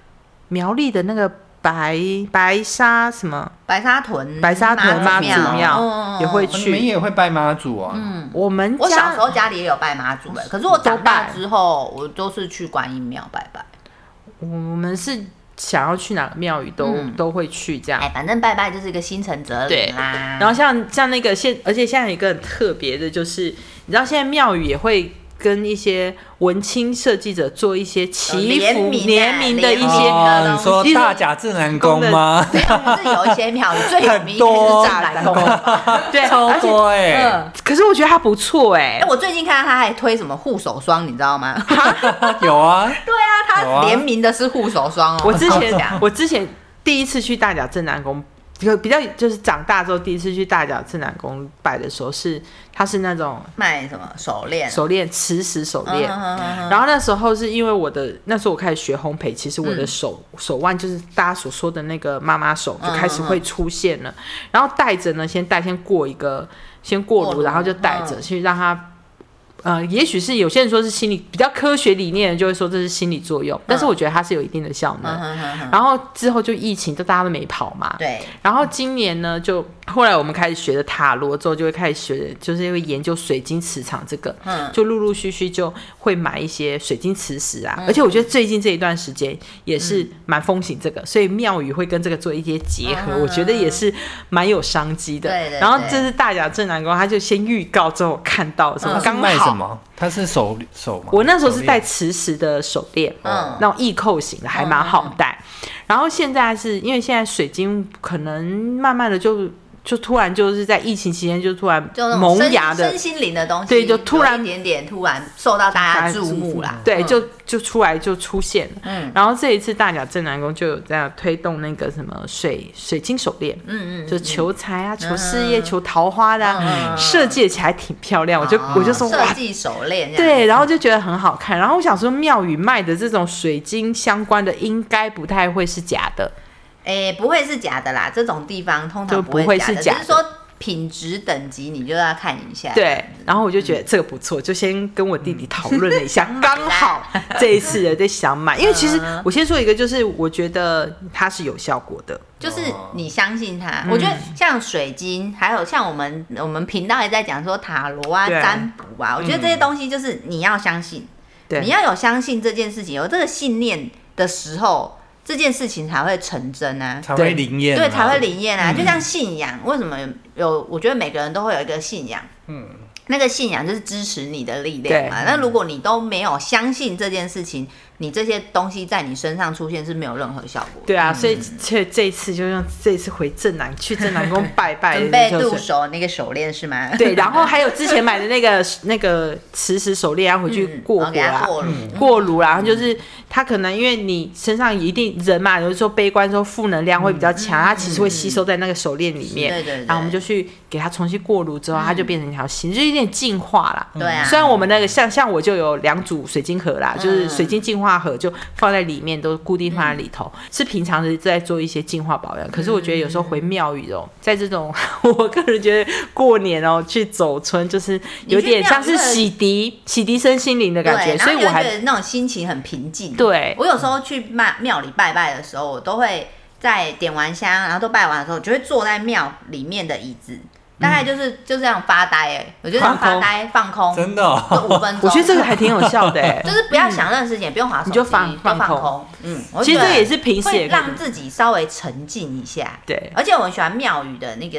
Speaker 3: 苗栗的那个白白沙什么，
Speaker 2: 白沙屯，
Speaker 3: 白沙屯
Speaker 2: 妈
Speaker 3: 妈
Speaker 2: 祖
Speaker 3: 祖
Speaker 2: 庙
Speaker 3: 庙
Speaker 2: 嗯
Speaker 3: 也会
Speaker 1: 哦你
Speaker 3: 去嗯
Speaker 1: 们也会拜妈祖啊，
Speaker 3: 我们
Speaker 2: 我小
Speaker 3: 家
Speaker 2: 时候家里也有拜妈祖欸的，可是我长大
Speaker 3: 都拜
Speaker 2: 之后，我都是去观音庙拜拜。
Speaker 3: 我们是想要去哪个庙宇都、
Speaker 2: 嗯
Speaker 3: 都会去这样
Speaker 2: 哎，。反正拜拜就是一个心诚则灵 啦。
Speaker 3: 啊然后像像那个现，而且现在有一个很特别的，就是你知道现在庙宇也会跟一些文青设计者做一些祈
Speaker 2: 联
Speaker 3: 福
Speaker 2: 名啊
Speaker 3: 联名的一
Speaker 2: 联名
Speaker 3: 些
Speaker 2: 的
Speaker 1: 哦，
Speaker 2: 东
Speaker 1: 你说
Speaker 3: 西
Speaker 1: 大甲镇南宫吗？
Speaker 2: 没有，可是有一些庙宇最有
Speaker 1: 很
Speaker 2: 名应该
Speaker 1: 多
Speaker 2: 是湛蓝宫。
Speaker 3: 对，
Speaker 1: 超
Speaker 3: 而且
Speaker 1: 多哎，
Speaker 2: 嗯，
Speaker 3: 可是我觉得它不错哎、
Speaker 2: 哎，我最近看到他还推什么护手霜，你知道 吗？
Speaker 1: 有啊， 有
Speaker 2: 对啊，他
Speaker 1: 啊
Speaker 2: 联名的是护手霜哦。
Speaker 3: 我之
Speaker 2: 好
Speaker 3: 前
Speaker 2: 强
Speaker 3: 我之前第一次去大甲镇南宫，就比较就是长大之后第一次去大甲镇南宫拜的时候是，它是那种
Speaker 2: 卖什么手链？啊
Speaker 3: 手链磁石手链。
Speaker 2: 然
Speaker 3: 然后那时候是因为我的那时候我开始学烘焙，其实我的
Speaker 2: 嗯
Speaker 3: 手、手腕就是大家所说的那个妈妈手就开始
Speaker 2: 嗯嗯嗯
Speaker 3: 会出现了。然后带着呢，先带先过一个，先过
Speaker 2: 过
Speaker 3: 炉，
Speaker 2: 炉嗯
Speaker 3: 然后就带着、去让它。呃，也许是有些人说是心理比较科学理念的，就会说这是心理作用，
Speaker 2: 嗯
Speaker 3: 但是我觉得它是有一定的效能。
Speaker 2: 后
Speaker 3: 然后之后就疫情，就大家都没跑嘛，
Speaker 2: 对，
Speaker 3: 然后今年呢，就后来我们开始学的塔罗之后，就会开始学，就是会研究水晶磁场这个，
Speaker 2: 嗯
Speaker 3: 就陆陆续续就会买一些水晶磁石
Speaker 2: 嗯
Speaker 3: 啊。而且我觉得最近这一段时间也是蛮风行这个，所以庙宇会跟这个做一些结合，
Speaker 2: 嗯
Speaker 3: 我觉得也是蛮有商机的。
Speaker 2: 对对
Speaker 3: 然后
Speaker 2: 对
Speaker 3: 这是大甲镇南宫，他就先预告之后看到什么，
Speaker 1: 它
Speaker 2: 嗯
Speaker 1: 是
Speaker 3: 刚
Speaker 1: 卖什
Speaker 3: 好
Speaker 1: 么？它是手手吗？
Speaker 3: 我那时候是戴
Speaker 1: 手
Speaker 3: 磁石的手链，哦
Speaker 2: 嗯
Speaker 3: 那种易扣型的，还蛮好戴。然后现在是因为现在水晶可能慢慢的就就突然就是在疫情期间就突然
Speaker 2: 就那种
Speaker 3: 萌
Speaker 2: 身
Speaker 3: 芽的
Speaker 2: 身。心灵的东西，
Speaker 3: 对就突然
Speaker 2: 有一点点突然受到大家注目啦。
Speaker 3: 对，
Speaker 2: 嗯
Speaker 3: 就就出来就出现了。
Speaker 2: 嗯
Speaker 3: 然后这一次大甲镇南宫就有这样推动那个什么水水晶手链，
Speaker 2: 嗯嗯，
Speaker 3: 就求财啊、求事业、求桃花的、啊，
Speaker 2: 嗯啊
Speaker 3: 设计起来挺漂亮。我就我就说
Speaker 2: 设
Speaker 3: 哇，
Speaker 2: 计手链这样
Speaker 3: 对，然后就觉得很好看。然后我想说，庙宇卖的这种水晶相关的，应该不太会是假 的。
Speaker 2: 哎，不会是假的啦，这种地方通
Speaker 3: 就
Speaker 2: 常
Speaker 3: 不
Speaker 2: 会
Speaker 3: 会
Speaker 2: 假
Speaker 3: 是
Speaker 2: 的
Speaker 3: 假
Speaker 2: 只是
Speaker 3: 的
Speaker 2: 说品质等级你就要看一下。
Speaker 3: 对，然后我就觉得这个不错，就先跟我弟弟讨论了一下，
Speaker 2: 嗯
Speaker 3: 刚好 这一次的在想买，因为其实我先说一个，就是我觉得它是有效果的，
Speaker 2: 就是你相信它。我觉得像水晶，还有像我们我们频道也在讲说塔罗啊、
Speaker 3: 对
Speaker 2: 占卜啊，我觉得这些东西就是你要相信，
Speaker 3: 对
Speaker 2: 你要有相信这件事情，有这个信念的时候，这件事情才会成真啊
Speaker 1: 链。才会灵验啊，
Speaker 2: 对，才会灵验啊。就像信仰，为什么有？我觉得每个人都会有一个信仰，嗯，那个信仰就是支持你的力量嘛。那如果你都没有相信这件事情，你这些东西在你身上出现是没有任何效果的。
Speaker 3: 对啊，所以这这一次就让这一次回正南去正南宫拜拜，
Speaker 2: 准备
Speaker 3: 就是
Speaker 2: 入手那个手链是吗？
Speaker 3: 对，然后还有之前买的那个那个磁石手链啊，回去
Speaker 2: 嗯
Speaker 3: 过
Speaker 2: 然后
Speaker 3: 火
Speaker 2: 给它
Speaker 3: 啊，
Speaker 2: 过嗯炉，
Speaker 3: 过炉啦，然后就是它可能因为你身上一定人嘛，有的时候悲观的时候负能量会比较强，它其实会吸收在那个手链里面。
Speaker 2: 对对对
Speaker 3: 然后我们就去给它重新过炉之后，它就变成一条新，就有点进化啦。
Speaker 2: 对啊
Speaker 3: 嗯
Speaker 2: 嗯
Speaker 3: 虽然我们那个像像我就有两组水晶盒啦，就是水晶净化盒就放在里面，都固定放在里头，
Speaker 2: 嗯
Speaker 3: 是平常的在做一些净化保养。可是我觉得有时候回庙宇哦，在这种 我个人觉得过年哦去走村，就是有
Speaker 2: 你去
Speaker 3: 点
Speaker 2: 庙
Speaker 3: 像是
Speaker 2: 宇会
Speaker 3: 洗涤洗涤身心灵的感觉，
Speaker 2: 对，然
Speaker 3: 所
Speaker 2: 后
Speaker 3: 以
Speaker 2: 你
Speaker 3: 我
Speaker 2: 会
Speaker 3: 还
Speaker 2: 觉得那种心情很平静。
Speaker 3: 对
Speaker 2: 我有时候去庙庙里拜拜的时候，我都会在点完香，然后都拜完的时候，我就会坐在庙里面的椅子，大概就是就这样发呆，哎，我就这样
Speaker 3: 嗯放
Speaker 2: 发
Speaker 3: 空
Speaker 2: 呆放空，
Speaker 1: 真的哦
Speaker 2: 就五分钟。
Speaker 3: 我觉得这个还挺有 效的、欸
Speaker 2: 就。是不要想任何事情，也不用划手机，
Speaker 3: 你就放
Speaker 2: 就放
Speaker 3: 放空
Speaker 2: 空。嗯，我
Speaker 3: 其实
Speaker 2: 觉得
Speaker 3: 这也是平时
Speaker 2: 会
Speaker 3: 也可以
Speaker 2: 让自己稍微沉静一下。
Speaker 3: 对
Speaker 2: 而且我很喜欢庙宇的那个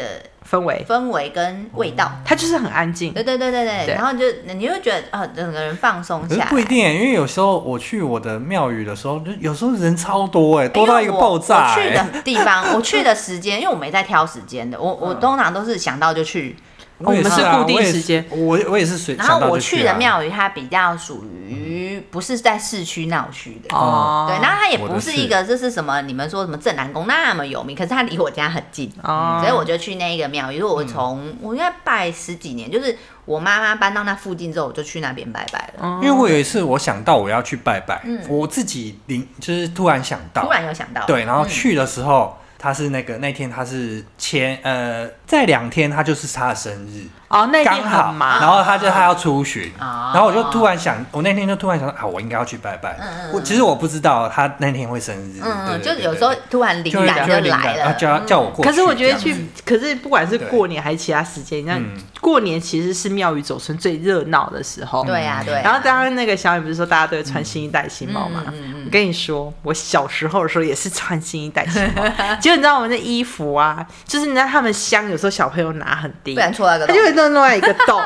Speaker 3: 氛围，
Speaker 2: 氛围跟味道。
Speaker 3: 它就是很安静。
Speaker 2: 对对对对对，
Speaker 3: 对
Speaker 2: 然后你就你会觉得啊，整个人放松
Speaker 1: 可是
Speaker 2: 下来。
Speaker 1: 不一定欸，因为有时候我去我的庙宇的时候，就有时候人超多哎，
Speaker 2: 因
Speaker 1: 多
Speaker 2: 为
Speaker 1: 到一个
Speaker 2: 我
Speaker 1: 爆炸
Speaker 2: 我去
Speaker 1: 哎。
Speaker 2: 的地方，我 去的时间，因为我没在挑时间的，我
Speaker 1: 嗯
Speaker 2: 我通常都是想到就去。
Speaker 1: 也
Speaker 3: 我们是
Speaker 1: 啊
Speaker 3: 固定
Speaker 1: 我也是
Speaker 3: 时间
Speaker 1: 我我也是随。
Speaker 2: 然
Speaker 1: 想到
Speaker 2: 后
Speaker 1: 就
Speaker 2: 我
Speaker 1: 去
Speaker 2: 的
Speaker 1: 啊，嗯
Speaker 2: 庙宇，它比较属于不是在市区闹区的。
Speaker 3: 哦，
Speaker 2: 对，然后它也
Speaker 1: 我的
Speaker 2: 不是一个，这是什么？你们说什么正南宫那么有名，可是它离我家很近，
Speaker 1: 嗯
Speaker 3: 哦，
Speaker 2: 所以我就去那一个庙宇。如果我从我应该拜十几年，就是我妈妈搬到那附近之后，我就去那边拜拜了。
Speaker 1: 因为我有一次我想到我要去拜拜，我自己灵就是突然想到，
Speaker 2: 突然有想到，
Speaker 1: 对，然后
Speaker 2: 嗯
Speaker 1: 去的时候。他是那个那天他是前呃，在两天他就是他的生日，
Speaker 3: 哦那一
Speaker 1: 刚
Speaker 3: 天
Speaker 1: 好
Speaker 3: 很，忙，
Speaker 1: 然后他就他要出巡，
Speaker 2: 哦
Speaker 1: 然后我就突然想，我那天就突然想到啊，我应该要去拜拜。我其实我不知道他那天会生日，
Speaker 2: 嗯
Speaker 1: 对对
Speaker 2: 嗯，就是
Speaker 1: 对
Speaker 2: 有
Speaker 1: 对
Speaker 2: 时候突然灵
Speaker 1: 就会
Speaker 2: 感
Speaker 1: 就会灵
Speaker 2: 来
Speaker 1: 感
Speaker 2: 了
Speaker 1: 啊，叫叫我过去。
Speaker 3: 可是我觉得
Speaker 1: 这样
Speaker 3: 去，可是不管是
Speaker 1: 对
Speaker 3: 过年还是其他时间，那
Speaker 1: 嗯
Speaker 3: 过年其实是庙宇走村最热闹的时候。
Speaker 2: 对呀、
Speaker 1: 嗯
Speaker 2: 对啊、
Speaker 3: 然后刚刚那个小雨不是说大家都会穿新一代新帽吗？我跟你说，我小时候的时候也是穿新一代新帽，结果你知道我们的衣服啊，就是你知道他们香，有时候小朋友拿很低，
Speaker 2: 不然戳到一个
Speaker 3: 它
Speaker 2: 洞
Speaker 3: 就会弄另外一个洞，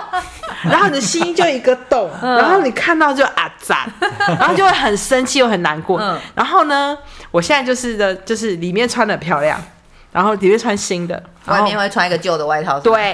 Speaker 3: 然后你的心就一个洞，
Speaker 2: 嗯
Speaker 3: 然后你看到就啊赞，然后就会很生气又很难过。
Speaker 2: 嗯
Speaker 3: 然后呢，我现在就是的，就是里面穿的漂亮，然后里面穿新的，然
Speaker 2: 外
Speaker 3: 后
Speaker 2: 面会穿一个旧的外套。，
Speaker 3: 对，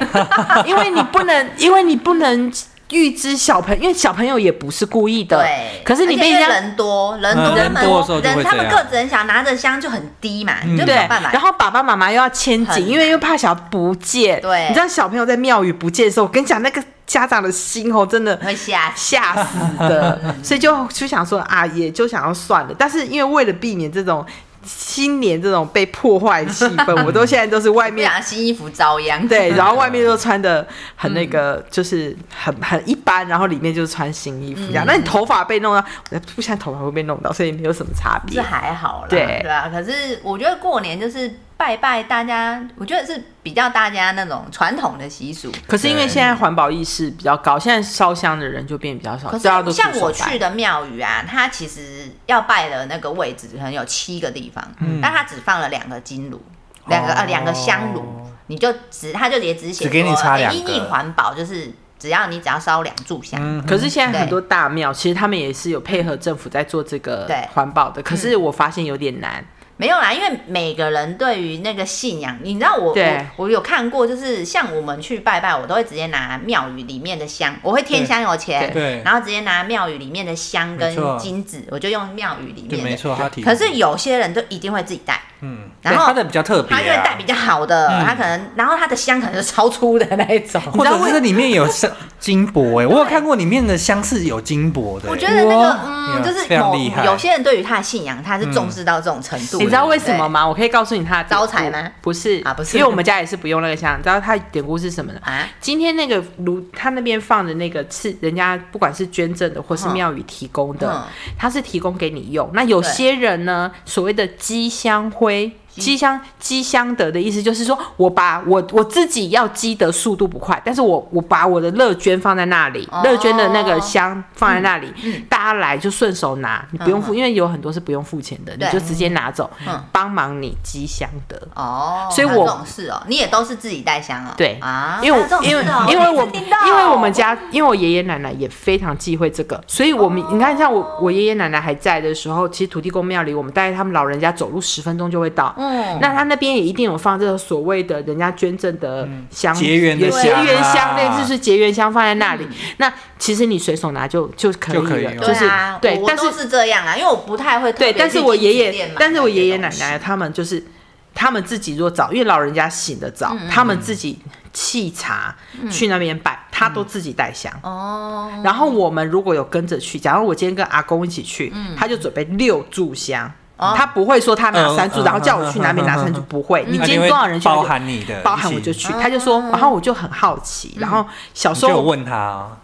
Speaker 3: 因为你不能，因为你不能预知小朋因为小朋友也不是故意的
Speaker 2: 对，，
Speaker 3: 可是你
Speaker 2: 而
Speaker 3: 被
Speaker 2: 且因
Speaker 3: 人
Speaker 2: 为
Speaker 3: 家
Speaker 2: 人多，人
Speaker 1: 嗯
Speaker 2: 多，他
Speaker 1: 人多的时候
Speaker 2: 们
Speaker 1: 就会
Speaker 2: 人他
Speaker 1: 这
Speaker 2: 们
Speaker 1: 样
Speaker 2: 个子很小，拿着香就很低嘛，
Speaker 1: 嗯
Speaker 2: 你就没
Speaker 3: 对
Speaker 2: 有办法。，
Speaker 3: 然后爸爸妈妈又要牵
Speaker 2: 很
Speaker 3: 紧，因为又怕小不见。
Speaker 2: 对
Speaker 3: 你知道小朋友在庙宇不见的时候，我跟你讲，那个家长的心哦，真的
Speaker 2: 会吓死。
Speaker 3: 吓死 的，所以就就想说啊，也就想要算了。但是因为为了避免这种新年这种被破坏的气 氛，我都现在都是外
Speaker 2: 不
Speaker 3: 面
Speaker 2: 想新衣服遭殃。
Speaker 3: 对，然后外面就穿的很那个，
Speaker 2: 嗯
Speaker 3: 就是很很一般，然后里面就是穿新衣服
Speaker 2: 嗯
Speaker 3: 这样。那你头发被弄到，我不现在头发会被弄到，所以没有什么差
Speaker 2: 是啊
Speaker 3: 别。
Speaker 2: 还好啦，
Speaker 3: 对
Speaker 2: 对啊。可是我觉得过年就是拜拜，大家我觉得是比较大家那种传统的习俗。
Speaker 3: 可是因为现在环保意识比较高，现在烧香的人就变比较少，
Speaker 2: 可
Speaker 3: 大家都
Speaker 2: 是
Speaker 3: 徒手
Speaker 2: 像我
Speaker 3: 拜
Speaker 2: 去的庙宇啊，它其实要拜的那个位置可能有七个地方，但它只放了两个金炉，两个、
Speaker 1: 嗯哦
Speaker 2: 呃两个香炉，你就只它就也只写
Speaker 1: 只给你
Speaker 2: 说
Speaker 1: 插
Speaker 2: 哎
Speaker 1: 两个
Speaker 2: 因应环保，就是只要你只要烧两炷香，
Speaker 1: 嗯
Speaker 3: 可是现在
Speaker 2: 对
Speaker 3: 很多大庙，其实他们也是有配合政府在做这个
Speaker 2: 对嗯
Speaker 3: 环保的，可是我发现有点难。
Speaker 2: 没有啦，因为每个人对于那个信仰，你知道我
Speaker 3: 对
Speaker 2: 我我有看过，就是像我们去拜拜，我都会直接拿庙宇里面的香，我会添香油钱，
Speaker 1: 对，
Speaker 2: 然后直接拿庙宇里面的香
Speaker 1: 没错
Speaker 2: 跟金子，我就用庙宇里
Speaker 1: 对，
Speaker 2: 面
Speaker 1: 没
Speaker 2: 的。
Speaker 1: 错，他提。
Speaker 2: 可是有些人就一定会自己带，
Speaker 1: 嗯，
Speaker 2: 然
Speaker 1: 对
Speaker 2: 后
Speaker 1: 他的比较特别、
Speaker 2: 他
Speaker 1: 啊，
Speaker 2: 因为带比较好的，
Speaker 1: 嗯
Speaker 2: 他可能然后他的香可能是超粗的那一种。
Speaker 1: 或者是里面有香金箔哎、我有看过里面的香是有金箔的、欸
Speaker 2: 我觉得那个
Speaker 3: 哇
Speaker 2: 嗯，就是
Speaker 1: 非常
Speaker 2: 某
Speaker 1: 厉害嗯
Speaker 2: 有些人对于他的信仰，他是重视到这种程度。
Speaker 3: 你知道为什么吗？我可以告诉你它的典故
Speaker 2: 招财吗？
Speaker 3: 不是
Speaker 2: 啊不是
Speaker 3: 因为我们家也是不用那个香。你知道它的典故是什么呢？
Speaker 2: 啊？
Speaker 3: 今天那个炉，他那边放的那个是人家不管是捐赠的或是
Speaker 2: 嗯
Speaker 3: 庙宇提供的
Speaker 2: 嗯，
Speaker 3: 它是提供给你用。那有些人呢，所谓的积香灰。积香积香德的意思就是说，我把我我自己要积的速度不快，但是我我把我的乐捐放在那里
Speaker 2: 哦，嗯
Speaker 3: 乐、捐的那个香放在那里，大家来就顺手拿，你不用付，因为有很多是不用付钱的，你
Speaker 2: 对
Speaker 3: 就直接拿走
Speaker 2: 嗯，
Speaker 3: 帮、忙你积香德。
Speaker 2: 哦，
Speaker 3: 所以
Speaker 2: 还有
Speaker 3: 我
Speaker 2: 这种事哦，你也都是自己带香哦？
Speaker 3: 对
Speaker 2: 啊，
Speaker 3: 因为
Speaker 2: 还有这
Speaker 3: 我
Speaker 2: 种
Speaker 3: 因为
Speaker 2: 事哦
Speaker 3: 因为我
Speaker 2: 第一次听到
Speaker 3: 因为我们家因为我爷爷奶奶也非常忌讳这个，所以我
Speaker 2: 哦
Speaker 3: 们、你看像我我爷爷奶奶还在的时候，其实土地公庙里我们带他们老人家走路十分钟就会到。
Speaker 2: 嗯，
Speaker 3: 那他那边也一定有放这个所谓的人家捐赠的
Speaker 1: 嗯
Speaker 3: 香，
Speaker 1: 结缘的
Speaker 3: 有结
Speaker 1: 香啊
Speaker 3: 缘香，那就是结缘香放在那里。那其实你随手拿就就可以
Speaker 1: 就可以
Speaker 3: 了，
Speaker 1: 了
Speaker 3: 就
Speaker 2: 嗯对
Speaker 3: 是
Speaker 2: 啊，
Speaker 3: 对
Speaker 2: 我，我
Speaker 3: 但
Speaker 2: 都是这样啊，因为我不太会特别
Speaker 3: 对，但是
Speaker 2: 去
Speaker 3: 我
Speaker 2: 金
Speaker 3: 爷
Speaker 2: 子店
Speaker 3: 爷
Speaker 2: 买，
Speaker 3: 但是我
Speaker 2: 那些
Speaker 3: 爷爷
Speaker 2: 东
Speaker 3: 奶
Speaker 2: 西
Speaker 3: 奶他们就是他们自己若早，因为老人家醒得早，
Speaker 2: 嗯
Speaker 3: 他们自己沏茶、去那边拜，他都自己带香。
Speaker 2: 哦，
Speaker 3: 然后我们如果有跟着去，假如我今天跟阿公一起去，他就准备六炷香，
Speaker 2: 嗯哦
Speaker 3: 他不会说他拿三
Speaker 1: 嗯
Speaker 3: 炷，然后叫我去哪边拿三炷，
Speaker 1: 嗯
Speaker 3: 不会。你
Speaker 1: 他
Speaker 3: 今
Speaker 1: 就
Speaker 3: 天
Speaker 1: 会
Speaker 3: 多少人去，
Speaker 1: 包含你的，
Speaker 3: 包含我
Speaker 1: 一
Speaker 3: 就
Speaker 1: 起
Speaker 3: 去。他就说，
Speaker 2: 嗯
Speaker 3: 然后我就很好奇，然后小
Speaker 1: 你
Speaker 3: 时
Speaker 1: 就
Speaker 3: 候
Speaker 1: 有
Speaker 3: 我
Speaker 1: 问他、哦，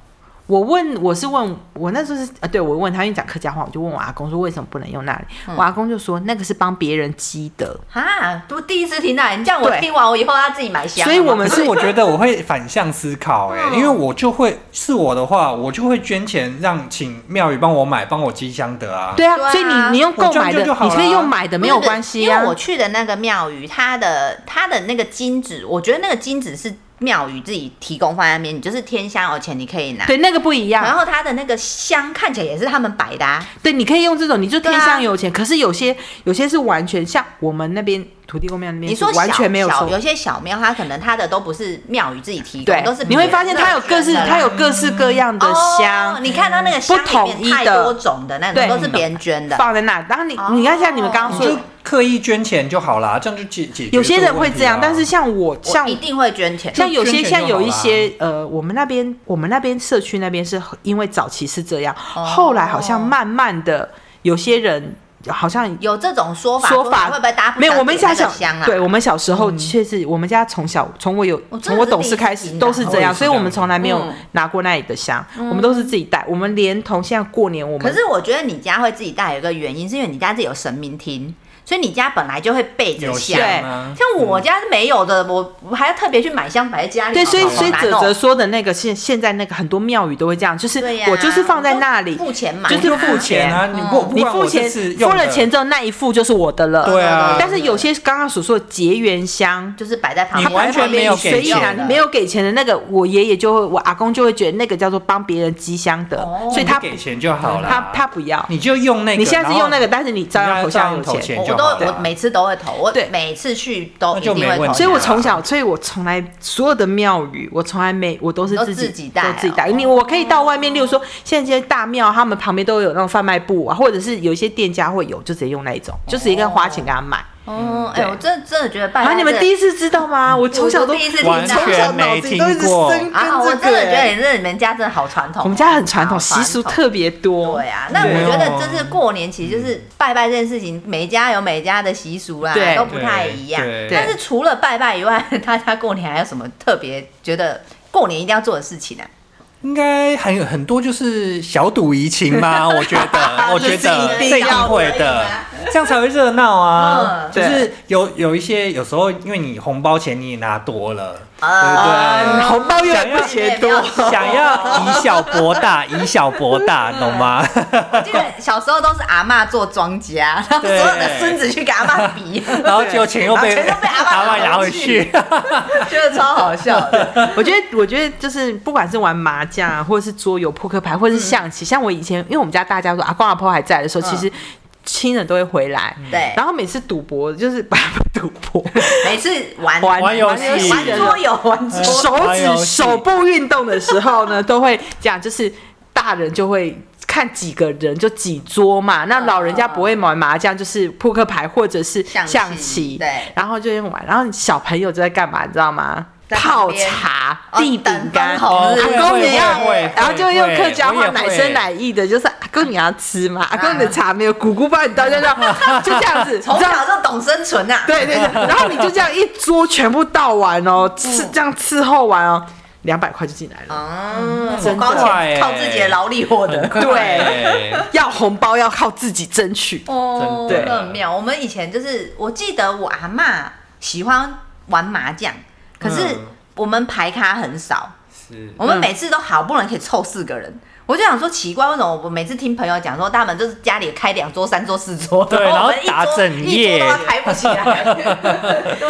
Speaker 3: 我问，我是问我那时候是呃，对我问他，因为讲客家话，我就问我阿公说为什么不能用那里？
Speaker 2: 嗯
Speaker 3: 我阿公就说那个是帮别人积的，
Speaker 2: 啊，都第一次听到，你这样我
Speaker 3: 对
Speaker 2: 听完我以后要自己买香好吗，
Speaker 3: 所以
Speaker 1: 可
Speaker 3: 我们
Speaker 1: 是
Speaker 3: 是
Speaker 1: 我觉得我会反向思考、哎、
Speaker 2: 嗯
Speaker 1: 因为我就会是我的话，我就会捐钱让请庙宇帮我买，帮我积香德啊。
Speaker 3: 对啊，
Speaker 2: 对啊
Speaker 3: 所以你你用购买
Speaker 1: 我就就
Speaker 3: 的，
Speaker 1: 好
Speaker 3: 你
Speaker 1: 了啊
Speaker 3: 可以用买的没有
Speaker 2: 不是
Speaker 3: 关系
Speaker 2: 因
Speaker 3: 啊
Speaker 2: 为我。去的那个庙宇，它的它的那个金纸，我觉得那个金纸是庙宇自己提供放在那边，你就是添香，而且你可以拿。
Speaker 3: 对，啊那个不一
Speaker 2: 然
Speaker 3: 样。
Speaker 2: 后它的那个香看起来也是他们摆的、啊，
Speaker 3: 对，你可以用这种，你就
Speaker 2: 对啊
Speaker 3: 天上有钱。可是有些有些是完全像我们那边土地公庙那边，
Speaker 2: 你说小
Speaker 3: 完全没有
Speaker 2: 小
Speaker 3: 收。
Speaker 2: 有些小庙，它可能它的都不是庙宇自己提
Speaker 3: 对
Speaker 2: 供，都是，
Speaker 3: 你会发现它有各式，它有各式各样的香。
Speaker 2: 哦，你看到那个香
Speaker 3: 不统
Speaker 2: 里
Speaker 3: 一
Speaker 2: 面
Speaker 3: 的
Speaker 2: 太多种的那种，
Speaker 3: 对
Speaker 2: 都是别人捐的。
Speaker 3: 放在那，然后你、
Speaker 2: 哦
Speaker 3: 你看像你们刚刚
Speaker 1: 你
Speaker 3: 说
Speaker 1: 就
Speaker 3: 的，
Speaker 1: 刻意捐钱就好啦，这样就解解决、
Speaker 3: 有些人
Speaker 1: 啊
Speaker 3: 会这样，但是像我像
Speaker 2: 我一定会捐钱，
Speaker 3: 像有
Speaker 1: 捐
Speaker 3: 些
Speaker 1: 钱
Speaker 3: 像
Speaker 1: 就
Speaker 3: 有
Speaker 1: 好
Speaker 3: 一
Speaker 1: 啦
Speaker 3: 些呃，我们那边我们那边社区那边是因为早期是这样，
Speaker 1: 哦
Speaker 3: 后来好像慢慢的有些人好像。
Speaker 2: 有这种说法，
Speaker 3: 说法
Speaker 2: 会不会搭不
Speaker 3: 没有，我们家
Speaker 2: 小
Speaker 3: 小
Speaker 2: 香啊？
Speaker 3: 对我们小时候确实，我们家从小从我有
Speaker 2: 我真的
Speaker 3: 从
Speaker 2: 是
Speaker 3: 我懂
Speaker 2: 第一
Speaker 3: 事
Speaker 2: 次
Speaker 3: 开
Speaker 2: 听
Speaker 3: 始
Speaker 2: 到
Speaker 3: 都是
Speaker 1: 我
Speaker 3: 这
Speaker 1: 也
Speaker 3: 样，
Speaker 1: 是
Speaker 3: 所以
Speaker 1: 这
Speaker 3: 我
Speaker 1: 样
Speaker 3: 们
Speaker 1: 子
Speaker 3: 从来没有
Speaker 2: 嗯
Speaker 3: 拿过那里的香，我们都是自己带，我们连同现在过年我
Speaker 2: 可
Speaker 3: 们
Speaker 2: 是我觉得你家会自己带有一个原因，是因为你家自己有神明厅，所以你家本来就会备着
Speaker 1: 有
Speaker 2: 香。
Speaker 1: 香啊，
Speaker 2: 像我家是没有的，我我还要特别去买香摆在家里。
Speaker 3: 嗯对，所以
Speaker 2: 好
Speaker 3: 所以
Speaker 2: 难
Speaker 3: 哲
Speaker 2: 哦
Speaker 3: 哲说的那个现现在那个很多庙宇都会这样，就是
Speaker 2: 对呀、
Speaker 3: 我就是放在那里，
Speaker 2: 付钱买，
Speaker 3: 就是
Speaker 1: 就
Speaker 3: 付嗯
Speaker 1: 付钱啊，你不不
Speaker 3: 你
Speaker 1: 管
Speaker 3: 付
Speaker 1: 我这
Speaker 3: 钱
Speaker 1: 次
Speaker 3: 付
Speaker 1: 用
Speaker 3: 了
Speaker 1: 的
Speaker 3: 钱之后，那一付就是我的了。
Speaker 1: 对啊
Speaker 3: 但是有些刚刚所说的结缘香，
Speaker 2: 就是摆在旁
Speaker 1: 你
Speaker 2: 边，
Speaker 1: 完全没有给
Speaker 3: 随意
Speaker 2: 啊
Speaker 3: 拿，
Speaker 1: 钱
Speaker 3: 你没有给钱的那个，我爷爷就会，我阿公就会觉得那个叫做帮别人积香的，
Speaker 2: 哦
Speaker 3: 所以
Speaker 1: 他
Speaker 3: 他
Speaker 1: 给钱就好了。
Speaker 3: 他他不不要。
Speaker 1: 你就用那个，
Speaker 3: 你现在是用那
Speaker 1: 然后
Speaker 3: 个，但是你照样
Speaker 1: 你
Speaker 3: 口
Speaker 1: 照样
Speaker 3: 香有
Speaker 1: 投
Speaker 3: 钱。
Speaker 1: 钱
Speaker 2: 我。
Speaker 1: 就
Speaker 2: 我都
Speaker 1: 好了
Speaker 2: 我每次都会投，我
Speaker 3: 对
Speaker 2: 每次去都
Speaker 1: 那
Speaker 2: 一
Speaker 1: 就
Speaker 2: 定
Speaker 1: 没
Speaker 2: 会
Speaker 1: 问
Speaker 2: 投。
Speaker 1: 题
Speaker 3: 所以我
Speaker 1: 啊
Speaker 3: 从小，所以我从来所有的庙宇，我从来没，我都是
Speaker 2: 都
Speaker 3: 自己
Speaker 2: 自己带
Speaker 3: 都自己带。
Speaker 2: 哦
Speaker 3: 你我可以到外面，例如说，现在这些大庙，他们旁边都有那种贩卖部啊，或者是有一些店家会有，就直接用那一种，就直接跟花钱给他买。
Speaker 2: 哦，
Speaker 3: 对
Speaker 2: 哎，我真的真的觉得拜
Speaker 3: 啊，
Speaker 2: 拜
Speaker 3: 你们
Speaker 2: 这
Speaker 3: 第一次知道吗？我从小都
Speaker 2: 我第一次听到
Speaker 3: 我从小脑子里都一直生根
Speaker 2: 啊，我
Speaker 3: 这
Speaker 2: 真
Speaker 3: 个、
Speaker 2: 的觉得
Speaker 3: 欸。
Speaker 2: 你这你们家真的好传统哦。
Speaker 3: 我们家很传统，
Speaker 2: 好
Speaker 3: 习俗特别多。
Speaker 2: 对啊，那我
Speaker 1: 对
Speaker 2: 觉得
Speaker 1: 哦
Speaker 2: 真是过年，其实就是拜拜这件事情，每一家有每一家的习俗啦
Speaker 3: 嗯对，
Speaker 2: 都不太一样
Speaker 1: 对。
Speaker 3: 对
Speaker 2: 但是除了拜拜以外，大家过年还有什么特别觉得过年一定要做的事情呢？啊
Speaker 1: 应该还有很多就是小赌怡情 吧，我觉得，我觉得
Speaker 2: 这是一定
Speaker 1: 这一定
Speaker 2: 要的
Speaker 1: 会
Speaker 2: 对
Speaker 1: 的
Speaker 2: 啊，
Speaker 1: 这样才会热闹啊
Speaker 2: 嗯。
Speaker 1: 就是有有一些有时候，因为你红包钱你也拿多了，
Speaker 2: 啊
Speaker 1: 对不对？
Speaker 3: 嗯红包又
Speaker 1: 想要
Speaker 3: 不嫌多，
Speaker 1: 想要以小博大，以小博大，懂 吗？
Speaker 2: 这个小时候都是阿嬷做庄家，然后所
Speaker 1: 对
Speaker 2: 有的孙子去跟阿嬷 比，
Speaker 1: 然后结果钱又被
Speaker 2: 然后钱又被阿嬷
Speaker 1: 阿嬷拿回
Speaker 2: 去
Speaker 1: 去，
Speaker 2: 觉得超好笑的。
Speaker 3: 我觉得，我觉得就是不管是玩麻将啊，或者是桌游、扑克牌，或者是象棋，像我以前，因为我们家大家说阿公阿婆还在的时
Speaker 2: 嗯
Speaker 3: 候，其实亲人都会回来。
Speaker 2: 对
Speaker 3: 然后每次赌博就是把赌博，
Speaker 2: 每次玩
Speaker 3: 玩
Speaker 1: 玩游
Speaker 3: 玩游
Speaker 1: 戏嗯
Speaker 3: 戏
Speaker 2: 玩桌游、玩桌
Speaker 3: 手
Speaker 1: 玩游
Speaker 3: 指
Speaker 1: 戏
Speaker 3: 手部运动的时候呢，都会讲，就是大人就会。看几个人就几桌嘛，那老人家不会玩麻将，就是扑克牌或者是
Speaker 2: 象
Speaker 3: 象
Speaker 2: 棋
Speaker 3: 棋，
Speaker 2: 对
Speaker 3: 然后就用玩。然后小朋友就在干嘛，你知道吗？
Speaker 2: 在旁
Speaker 3: 泡
Speaker 2: 边
Speaker 3: 茶、
Speaker 2: 哦
Speaker 3: 地饼干、
Speaker 2: 等 红日
Speaker 3: 哦阿公
Speaker 1: 会
Speaker 3: 你要
Speaker 1: 会会，
Speaker 3: 然后就用客家
Speaker 1: 我
Speaker 3: 话
Speaker 1: 也
Speaker 3: 奶
Speaker 1: 会
Speaker 3: 声奶意的，就是阿公你要吃吗？阿公你的茶没有，姑姑帮你倒掉掉，就这样子，你知
Speaker 2: 啊 从
Speaker 3: 道
Speaker 2: 小就懂生存啊呐。
Speaker 3: 对对对，然后你就这样一桌全部倒完
Speaker 2: 嗯
Speaker 3: 哦，吃这样伺候完哦，两百块就进来了，
Speaker 2: 哦，
Speaker 1: 真
Speaker 2: 高
Speaker 1: 快
Speaker 2: 钱
Speaker 1: 欸
Speaker 2: 靠自己的劳力获得。
Speaker 3: 对
Speaker 2: 嗯
Speaker 3: 要红包要靠自己争取。
Speaker 2: 哦，
Speaker 1: 真的
Speaker 2: 真的很妙。我们以前就是，我记得我阿嬷喜欢玩麻将，可是
Speaker 1: 嗯
Speaker 2: 我们牌咖很少，
Speaker 1: 是
Speaker 2: 我们每次都好不容易可以凑四个人。我就想说奇怪，为什么我每次听朋友讲说，他们就是家里开两桌、三桌、四桌，
Speaker 1: 对然后
Speaker 2: 我们一桌
Speaker 1: 打整夜
Speaker 2: 一桌都开不起来。对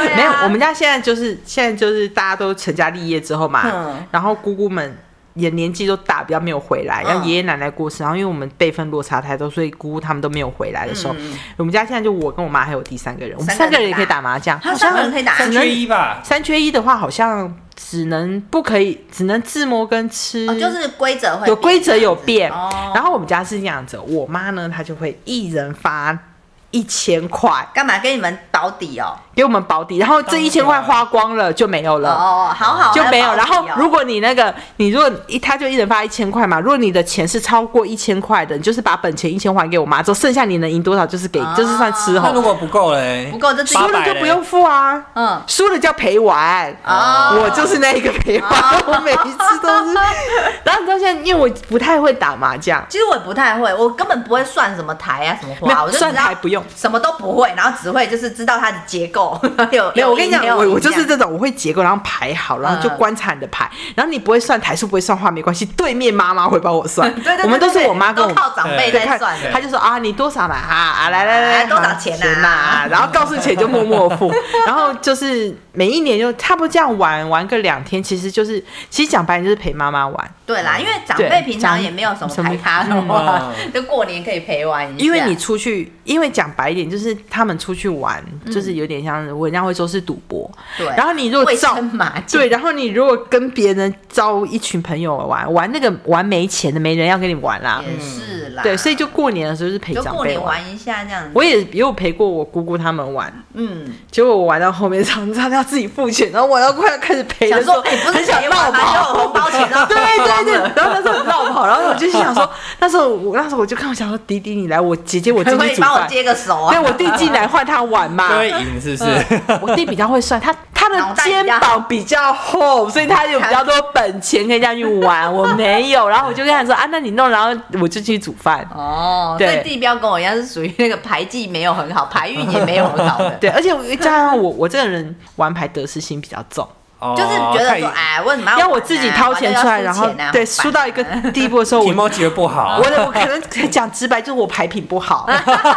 Speaker 2: 啊
Speaker 3: 没有，我们家现在就是现在就是大家都成家立业之后嘛，
Speaker 2: 嗯
Speaker 3: 然后姑姑们也年纪都大，比较没有回来，然后
Speaker 2: 嗯
Speaker 3: 爷爷奶奶过世，然后因为我们辈分落差太多，所以姑姑他们都没有回来的时候，
Speaker 2: 嗯
Speaker 3: 我们家现在就我跟我妈还有第三个人，我们
Speaker 2: 三
Speaker 3: 三
Speaker 2: 个人
Speaker 3: 个人也可以打麻将，
Speaker 2: 他三个人可以打，
Speaker 1: 三缺一吧，
Speaker 3: 三缺一的话好像只能不可以，只能自摸跟吃，
Speaker 2: 哦就是规则会
Speaker 3: 有
Speaker 2: 变
Speaker 3: 规则有
Speaker 2: 这样子
Speaker 3: 变。
Speaker 2: 哦
Speaker 3: 然后我们家是这样子，我妈呢她就会一人发一千块
Speaker 2: 干嘛给你们保底哦？
Speaker 3: 给我们保底，然后这
Speaker 1: 当然
Speaker 3: 一千块花光了就没有了。
Speaker 2: 哦，好好
Speaker 3: 就没有，
Speaker 2: 还
Speaker 3: 然
Speaker 2: 保底
Speaker 3: 后
Speaker 2: 哦
Speaker 3: 如果你那个，你如果一，他就一人发一千块嘛。如果你的钱是超过一千块的，你就是把本钱一千还给我妈，之后剩下你能赢多少就是给，
Speaker 2: 哦
Speaker 3: 就是算吃
Speaker 1: 那如
Speaker 3: 吼，
Speaker 1: 果不够嘞，
Speaker 2: 不够就自己
Speaker 1: 八
Speaker 3: 啊输
Speaker 1: 百
Speaker 3: 了就
Speaker 1: 嘞
Speaker 3: 不用付啊，
Speaker 2: 嗯
Speaker 3: 输了叫陪玩。
Speaker 2: 哦，
Speaker 3: 我就是那一个陪伴，我每一次都 是。然后你知道现在，因为我不太会打麻将，
Speaker 2: 其实我也不太会，我根本不会算什么台啊什么
Speaker 3: 没
Speaker 2: 花，我
Speaker 3: 有
Speaker 2: 就知道
Speaker 3: 算牌不用。
Speaker 2: 什么都不会，然后只会就是知道它的结构。 有
Speaker 3: 没有，我跟你讲
Speaker 2: 赢，
Speaker 3: 我
Speaker 2: 有
Speaker 3: 我
Speaker 2: 赢
Speaker 3: 就是
Speaker 2: 这样
Speaker 3: 这种，我会结构，然后排好，然后就
Speaker 2: 嗯
Speaker 3: 观察你的牌，然后你不会算台数，不会算花没关系，对面妈妈会帮我算
Speaker 2: 对对对，
Speaker 3: 我们都是
Speaker 2: 对对
Speaker 3: 我妈跟我
Speaker 2: 都靠长辈
Speaker 1: 对
Speaker 2: 在算
Speaker 1: 对
Speaker 3: 他就说啊，你多少啦？啊啊，来来来，
Speaker 2: 啊多少钱啊
Speaker 3: 呐、然后告诉钱就默默 付，然后就是每一年就差不多这样玩玩个两天，其实就是其实讲白了就是陪妈妈玩，
Speaker 2: 对啦，因为长
Speaker 3: 对
Speaker 2: 辈平常
Speaker 3: 长
Speaker 2: 也没有什么
Speaker 3: 什么
Speaker 2: 排咖的话，
Speaker 1: 嗯
Speaker 2: 就过年可以陪玩一下。
Speaker 3: 因为你出去，因为讲白一点就是他们出去玩，就是有点像我人家会说是赌博，
Speaker 2: 嗯对，
Speaker 3: 然后你如果
Speaker 2: 卫
Speaker 3: 照
Speaker 2: 生麻将
Speaker 3: 对，然后你如果跟别人招一群朋友玩，玩那个玩没钱的，没人要跟你玩啦。
Speaker 2: 也是啦，
Speaker 3: 对，所以就过年的时候就是陪
Speaker 2: 就嗯
Speaker 3: 长
Speaker 2: 过
Speaker 3: 辈
Speaker 2: 年
Speaker 3: 玩。
Speaker 2: 玩一下这样子。
Speaker 3: 我也也有陪过我姑姑他们玩，
Speaker 2: 嗯，
Speaker 3: 结果我玩到后面，常常要自己付钱，然后玩到快要开始赔
Speaker 2: 想
Speaker 3: 的时
Speaker 2: 说
Speaker 3: 候，
Speaker 2: 哎，不
Speaker 3: 很
Speaker 2: 是
Speaker 3: 想
Speaker 2: 陪
Speaker 3: 闹
Speaker 2: 玩吗？就
Speaker 3: 跑。
Speaker 2: 有红包钱让
Speaker 3: 对对对，然后那时候很闹跑，然后我就心 想说，那时候我那时候我就看我想说，弟弟你来，我姐姐我
Speaker 2: 可
Speaker 3: 进
Speaker 2: 不可
Speaker 3: 去
Speaker 2: 以
Speaker 3: 煮
Speaker 2: 帮我
Speaker 3: 饭，
Speaker 2: 接个手啊？
Speaker 3: 对我弟进来换他玩嘛，
Speaker 1: 就 会赢，是不是？
Speaker 3: 我弟比较会算，他他
Speaker 2: 脑
Speaker 3: 的
Speaker 2: 袋比较
Speaker 3: 肩膀比较厚，所以他有比较多本钱可以这样去玩。我没有，然后我就跟他说啊，那你弄，然后我就去煮饭。
Speaker 2: 哦，所以
Speaker 3: 对
Speaker 2: 地标跟我一样是属于那个牌技没有 很好，牌运也没有很好的。
Speaker 3: 对，而且我加上我我这个人玩牌得失心比较重，
Speaker 1: 哦
Speaker 2: 就是觉得
Speaker 1: 太
Speaker 2: 说，哎，为什么
Speaker 3: 要
Speaker 2: 我
Speaker 3: 我自己掏钱出来，
Speaker 2: 啊
Speaker 3: 然后对输到一个地步的时候，我
Speaker 1: 提猫觉得不好
Speaker 3: 我，
Speaker 2: 嗯
Speaker 3: 的我可能讲直白，就是我牌品不好，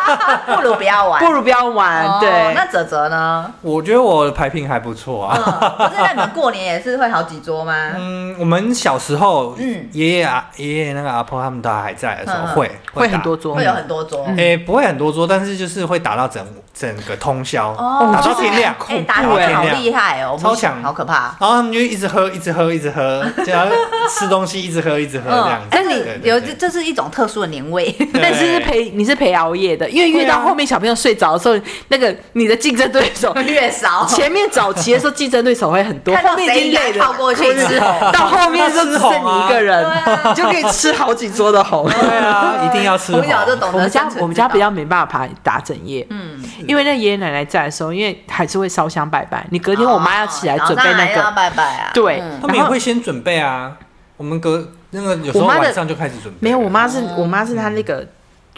Speaker 2: 不如不要玩，
Speaker 3: 不如不要玩。
Speaker 2: 哦
Speaker 3: 对，
Speaker 2: 那泽泽呢？
Speaker 1: 我觉得我的牌品还不错啊。
Speaker 2: 嗯不是，那你们过年也是会好几桌吗？
Speaker 1: 嗯，我们小时候，
Speaker 2: 嗯
Speaker 1: 爷爷啊，爷爷那个阿婆他们都还在的时
Speaker 2: 嗯嗯
Speaker 1: 候，会
Speaker 3: 会
Speaker 1: 打
Speaker 3: 很多桌
Speaker 2: 会有很多桌。
Speaker 1: 诶、不会很多桌，但是就是会打到整整个通宵，
Speaker 2: 哦
Speaker 1: 打到天亮，
Speaker 2: 哎，打
Speaker 1: 到
Speaker 2: 的
Speaker 1: 天
Speaker 2: 好
Speaker 1: 亮。
Speaker 2: 厉害哦，我们
Speaker 1: 超强
Speaker 2: 好可怕。
Speaker 1: 然后他们就一直喝，一直喝，一直喝，就要吃东西，一直喝，一直喝这样子。
Speaker 2: 但
Speaker 1: 对
Speaker 2: 是
Speaker 1: 对
Speaker 2: 嗯有这
Speaker 1: 对
Speaker 2: 这是一种特殊的年 味，
Speaker 3: 但是是
Speaker 1: 对
Speaker 3: 陪你是陪熬夜的，因为越
Speaker 1: 对啊
Speaker 3: 到后面小朋友睡着的时候，那个你的竞争对手
Speaker 2: 越少。
Speaker 3: 前面早期的时候竞争对手会很多，
Speaker 2: 看到
Speaker 3: 后面已经累
Speaker 2: 谁压
Speaker 3: 了，
Speaker 2: 靠过去之后 啊
Speaker 3: 到后面就只剩你一个人，你就可以吃好几桌 的红。
Speaker 1: 对啊，一定要吃
Speaker 2: 从小就
Speaker 1: 红。
Speaker 2: 懂
Speaker 3: 我
Speaker 2: 得
Speaker 3: 们
Speaker 2: 生
Speaker 3: 家
Speaker 2: 存之道
Speaker 3: 我们家比较没办法打整夜，
Speaker 2: 嗯，
Speaker 3: 因为那爷爷奶奶在的时候，因为还是会烧香拜拜。你隔天我妈要起来
Speaker 2: 哦
Speaker 3: 准备
Speaker 2: 早上
Speaker 3: 那
Speaker 2: 还要
Speaker 3: 个，
Speaker 2: 拜拜啊。
Speaker 3: 对
Speaker 2: 嗯
Speaker 1: 他们也会先准备啊。我们隔那个有时候
Speaker 3: 我妈的
Speaker 1: 晚上就开始准备了。
Speaker 3: 没有我妈是
Speaker 2: 哦
Speaker 3: 我妈是她那个。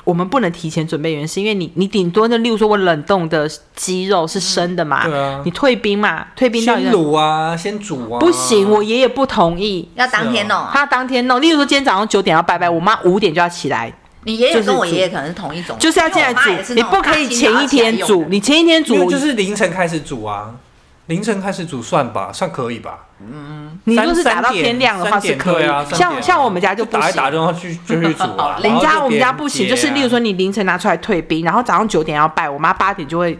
Speaker 3: 我们不能提前准备，原因是因为你，你顶多就例如说，我冷冻的鸡肉是生的嘛，
Speaker 1: 对啊
Speaker 3: 你退冰嘛，退冰到一
Speaker 1: 先
Speaker 3: 个
Speaker 1: 卤啊，先煮啊。
Speaker 3: 不行，我爷爷不同意。
Speaker 2: 要当天弄
Speaker 1: 哦
Speaker 2: 啊。
Speaker 3: 他当天弄，例如说今天早上九点要拜拜，我妈五点就要起来，
Speaker 2: 你爷爷
Speaker 3: 就是
Speaker 2: 跟我
Speaker 3: 煮
Speaker 2: 爷爷可能是同一种，
Speaker 3: 就是要进来
Speaker 2: 哦因为我妈也是
Speaker 3: 煮，
Speaker 2: 那
Speaker 3: 你
Speaker 2: 种
Speaker 3: 不可以前
Speaker 2: 大清
Speaker 3: 一天
Speaker 2: 早起来
Speaker 3: 煮
Speaker 2: 用，的。
Speaker 3: 你前一天
Speaker 1: 因为
Speaker 3: 煮
Speaker 1: 就，是凌晨开始煮啊，凌晨开始煮算吧，算可以吧？
Speaker 3: 你
Speaker 1: 三
Speaker 3: 如果是打到
Speaker 1: 三点
Speaker 3: 天亮的话
Speaker 1: 三
Speaker 3: 是
Speaker 1: 点
Speaker 3: 可以
Speaker 1: 对啊。。三点
Speaker 3: 像
Speaker 1: 啊
Speaker 3: 像我们家就不
Speaker 1: 打一
Speaker 3: 行，
Speaker 1: 打电话去就去煮啊然
Speaker 3: 人
Speaker 1: 后
Speaker 3: 家我们
Speaker 1: 别
Speaker 3: 家
Speaker 1: 人
Speaker 3: 不行，
Speaker 1: 接
Speaker 3: 就是
Speaker 1: 啊
Speaker 3: 例如说你凌晨拿出来退冰，然后早上九点要拜，我妈八点就会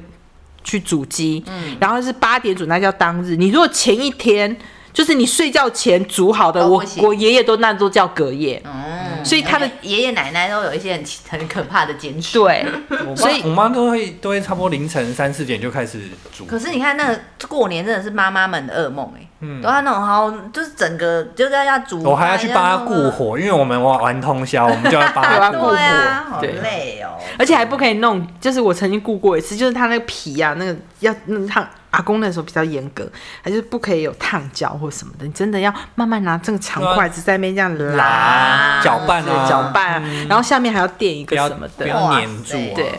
Speaker 3: 去煮鸡，
Speaker 2: 嗯
Speaker 3: 然后是八点煮，那叫当日。你如果前一天就是你睡觉前煮好的，
Speaker 2: 都不
Speaker 3: 我
Speaker 2: 行
Speaker 3: 我爷爷都那都叫隔夜，
Speaker 2: 嗯，
Speaker 3: 所以他的
Speaker 2: 爷爷奶奶都有一些很很可怕的坚持。
Speaker 3: 对，
Speaker 1: 我
Speaker 3: 所
Speaker 1: 妈
Speaker 3: 以
Speaker 1: 我妈都会都会差不多凌晨三四点就开始煮。
Speaker 2: 可是你看，那个过年真的是妈妈们的噩梦哎、
Speaker 1: 嗯哦
Speaker 2: 都要那种好，就是整个就是要要煮饭，
Speaker 1: 我还要去帮她
Speaker 2: 要
Speaker 1: 顾火，因为我们玩玩通宵，我们就要帮
Speaker 3: 对
Speaker 1: 她
Speaker 3: 啊
Speaker 1: 顾
Speaker 2: 弄
Speaker 1: 火
Speaker 2: 啊，对。啊，好
Speaker 3: 对
Speaker 2: 累哦。
Speaker 1: 啊
Speaker 3: 而且还不可以弄，就是我曾经顾过一次，就是他那个皮啊，那个要那他阿公那时候比较严格，他就是不可以有烫胶或什么的，你真的要慢慢拿这个长筷子在那边这样拉，
Speaker 1: 拉搅拌啊，
Speaker 3: 搅拌啊、然后下面还要垫一
Speaker 1: 不
Speaker 3: 个
Speaker 1: 要
Speaker 3: 什么
Speaker 1: 不
Speaker 3: 的，
Speaker 1: 要粘住
Speaker 2: 哇塞
Speaker 1: 啊。
Speaker 3: 对。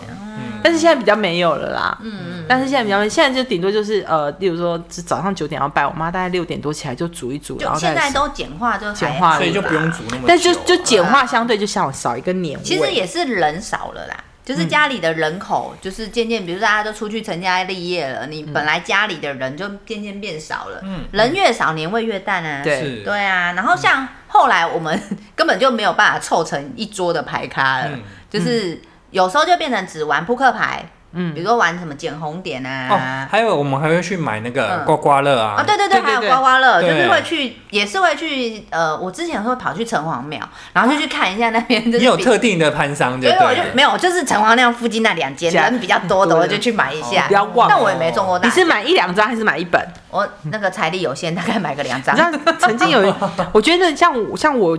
Speaker 3: 但是现在比较没有了啦，嗯嗯，但是现在比较没，现在就顶多就是呃，例如说是早上九点要拜，我妈大概六点多起来就煮一煮，然
Speaker 2: 就
Speaker 3: 后再
Speaker 2: 现在
Speaker 3: 吃
Speaker 2: 都简化，就还
Speaker 3: 简化了
Speaker 1: 所以就不用煮那么久啊。
Speaker 3: 但就就简化相对就像少一个年味，
Speaker 2: 其实也是人少了啦，就是家里的人口就是渐渐，比如说大家都出去成家立业了，你本来家里的人就渐渐变少了，
Speaker 1: 嗯
Speaker 2: 人越少年味越淡啊，
Speaker 3: 对
Speaker 1: 是
Speaker 2: 对啊。然后像后来我们
Speaker 3: 嗯
Speaker 2: 根本就没有办法凑成一桌的牌咖了，
Speaker 1: 嗯
Speaker 2: 就是有时候就变成只玩扑克牌，
Speaker 3: 嗯
Speaker 2: 比如说玩什么捡红点
Speaker 1: 哦
Speaker 2: 啊，。
Speaker 1: 还有我们还会去买那个
Speaker 2: 嗯
Speaker 1: 刮刮乐
Speaker 2: 啊，
Speaker 1: 啊，
Speaker 2: 对对对，
Speaker 3: 对
Speaker 2: 还有
Speaker 3: 对
Speaker 2: 刮刮乐，就
Speaker 1: 对
Speaker 2: 是会去，也是会去，呃，我之前会跑去城隍庙，然后就
Speaker 3: 哦
Speaker 2: 去看一下那边，就是
Speaker 1: 你有
Speaker 2: 比
Speaker 1: 特定的潘商就
Speaker 2: 因为我
Speaker 1: 对
Speaker 2: 就
Speaker 1: 了。
Speaker 2: 没有，就是城隍庙附近那两间
Speaker 3: 家哦
Speaker 2: 人比较多的，
Speaker 3: 多的
Speaker 2: 我就去买一下。
Speaker 3: 不要忘
Speaker 2: 啊
Speaker 3: 了
Speaker 2: 但我也没中过大
Speaker 3: 你。是买一两张还是买一本？
Speaker 2: 我那个财力有限，大概买个两张
Speaker 3: 你。知道曾经 有，我觉得像我像我，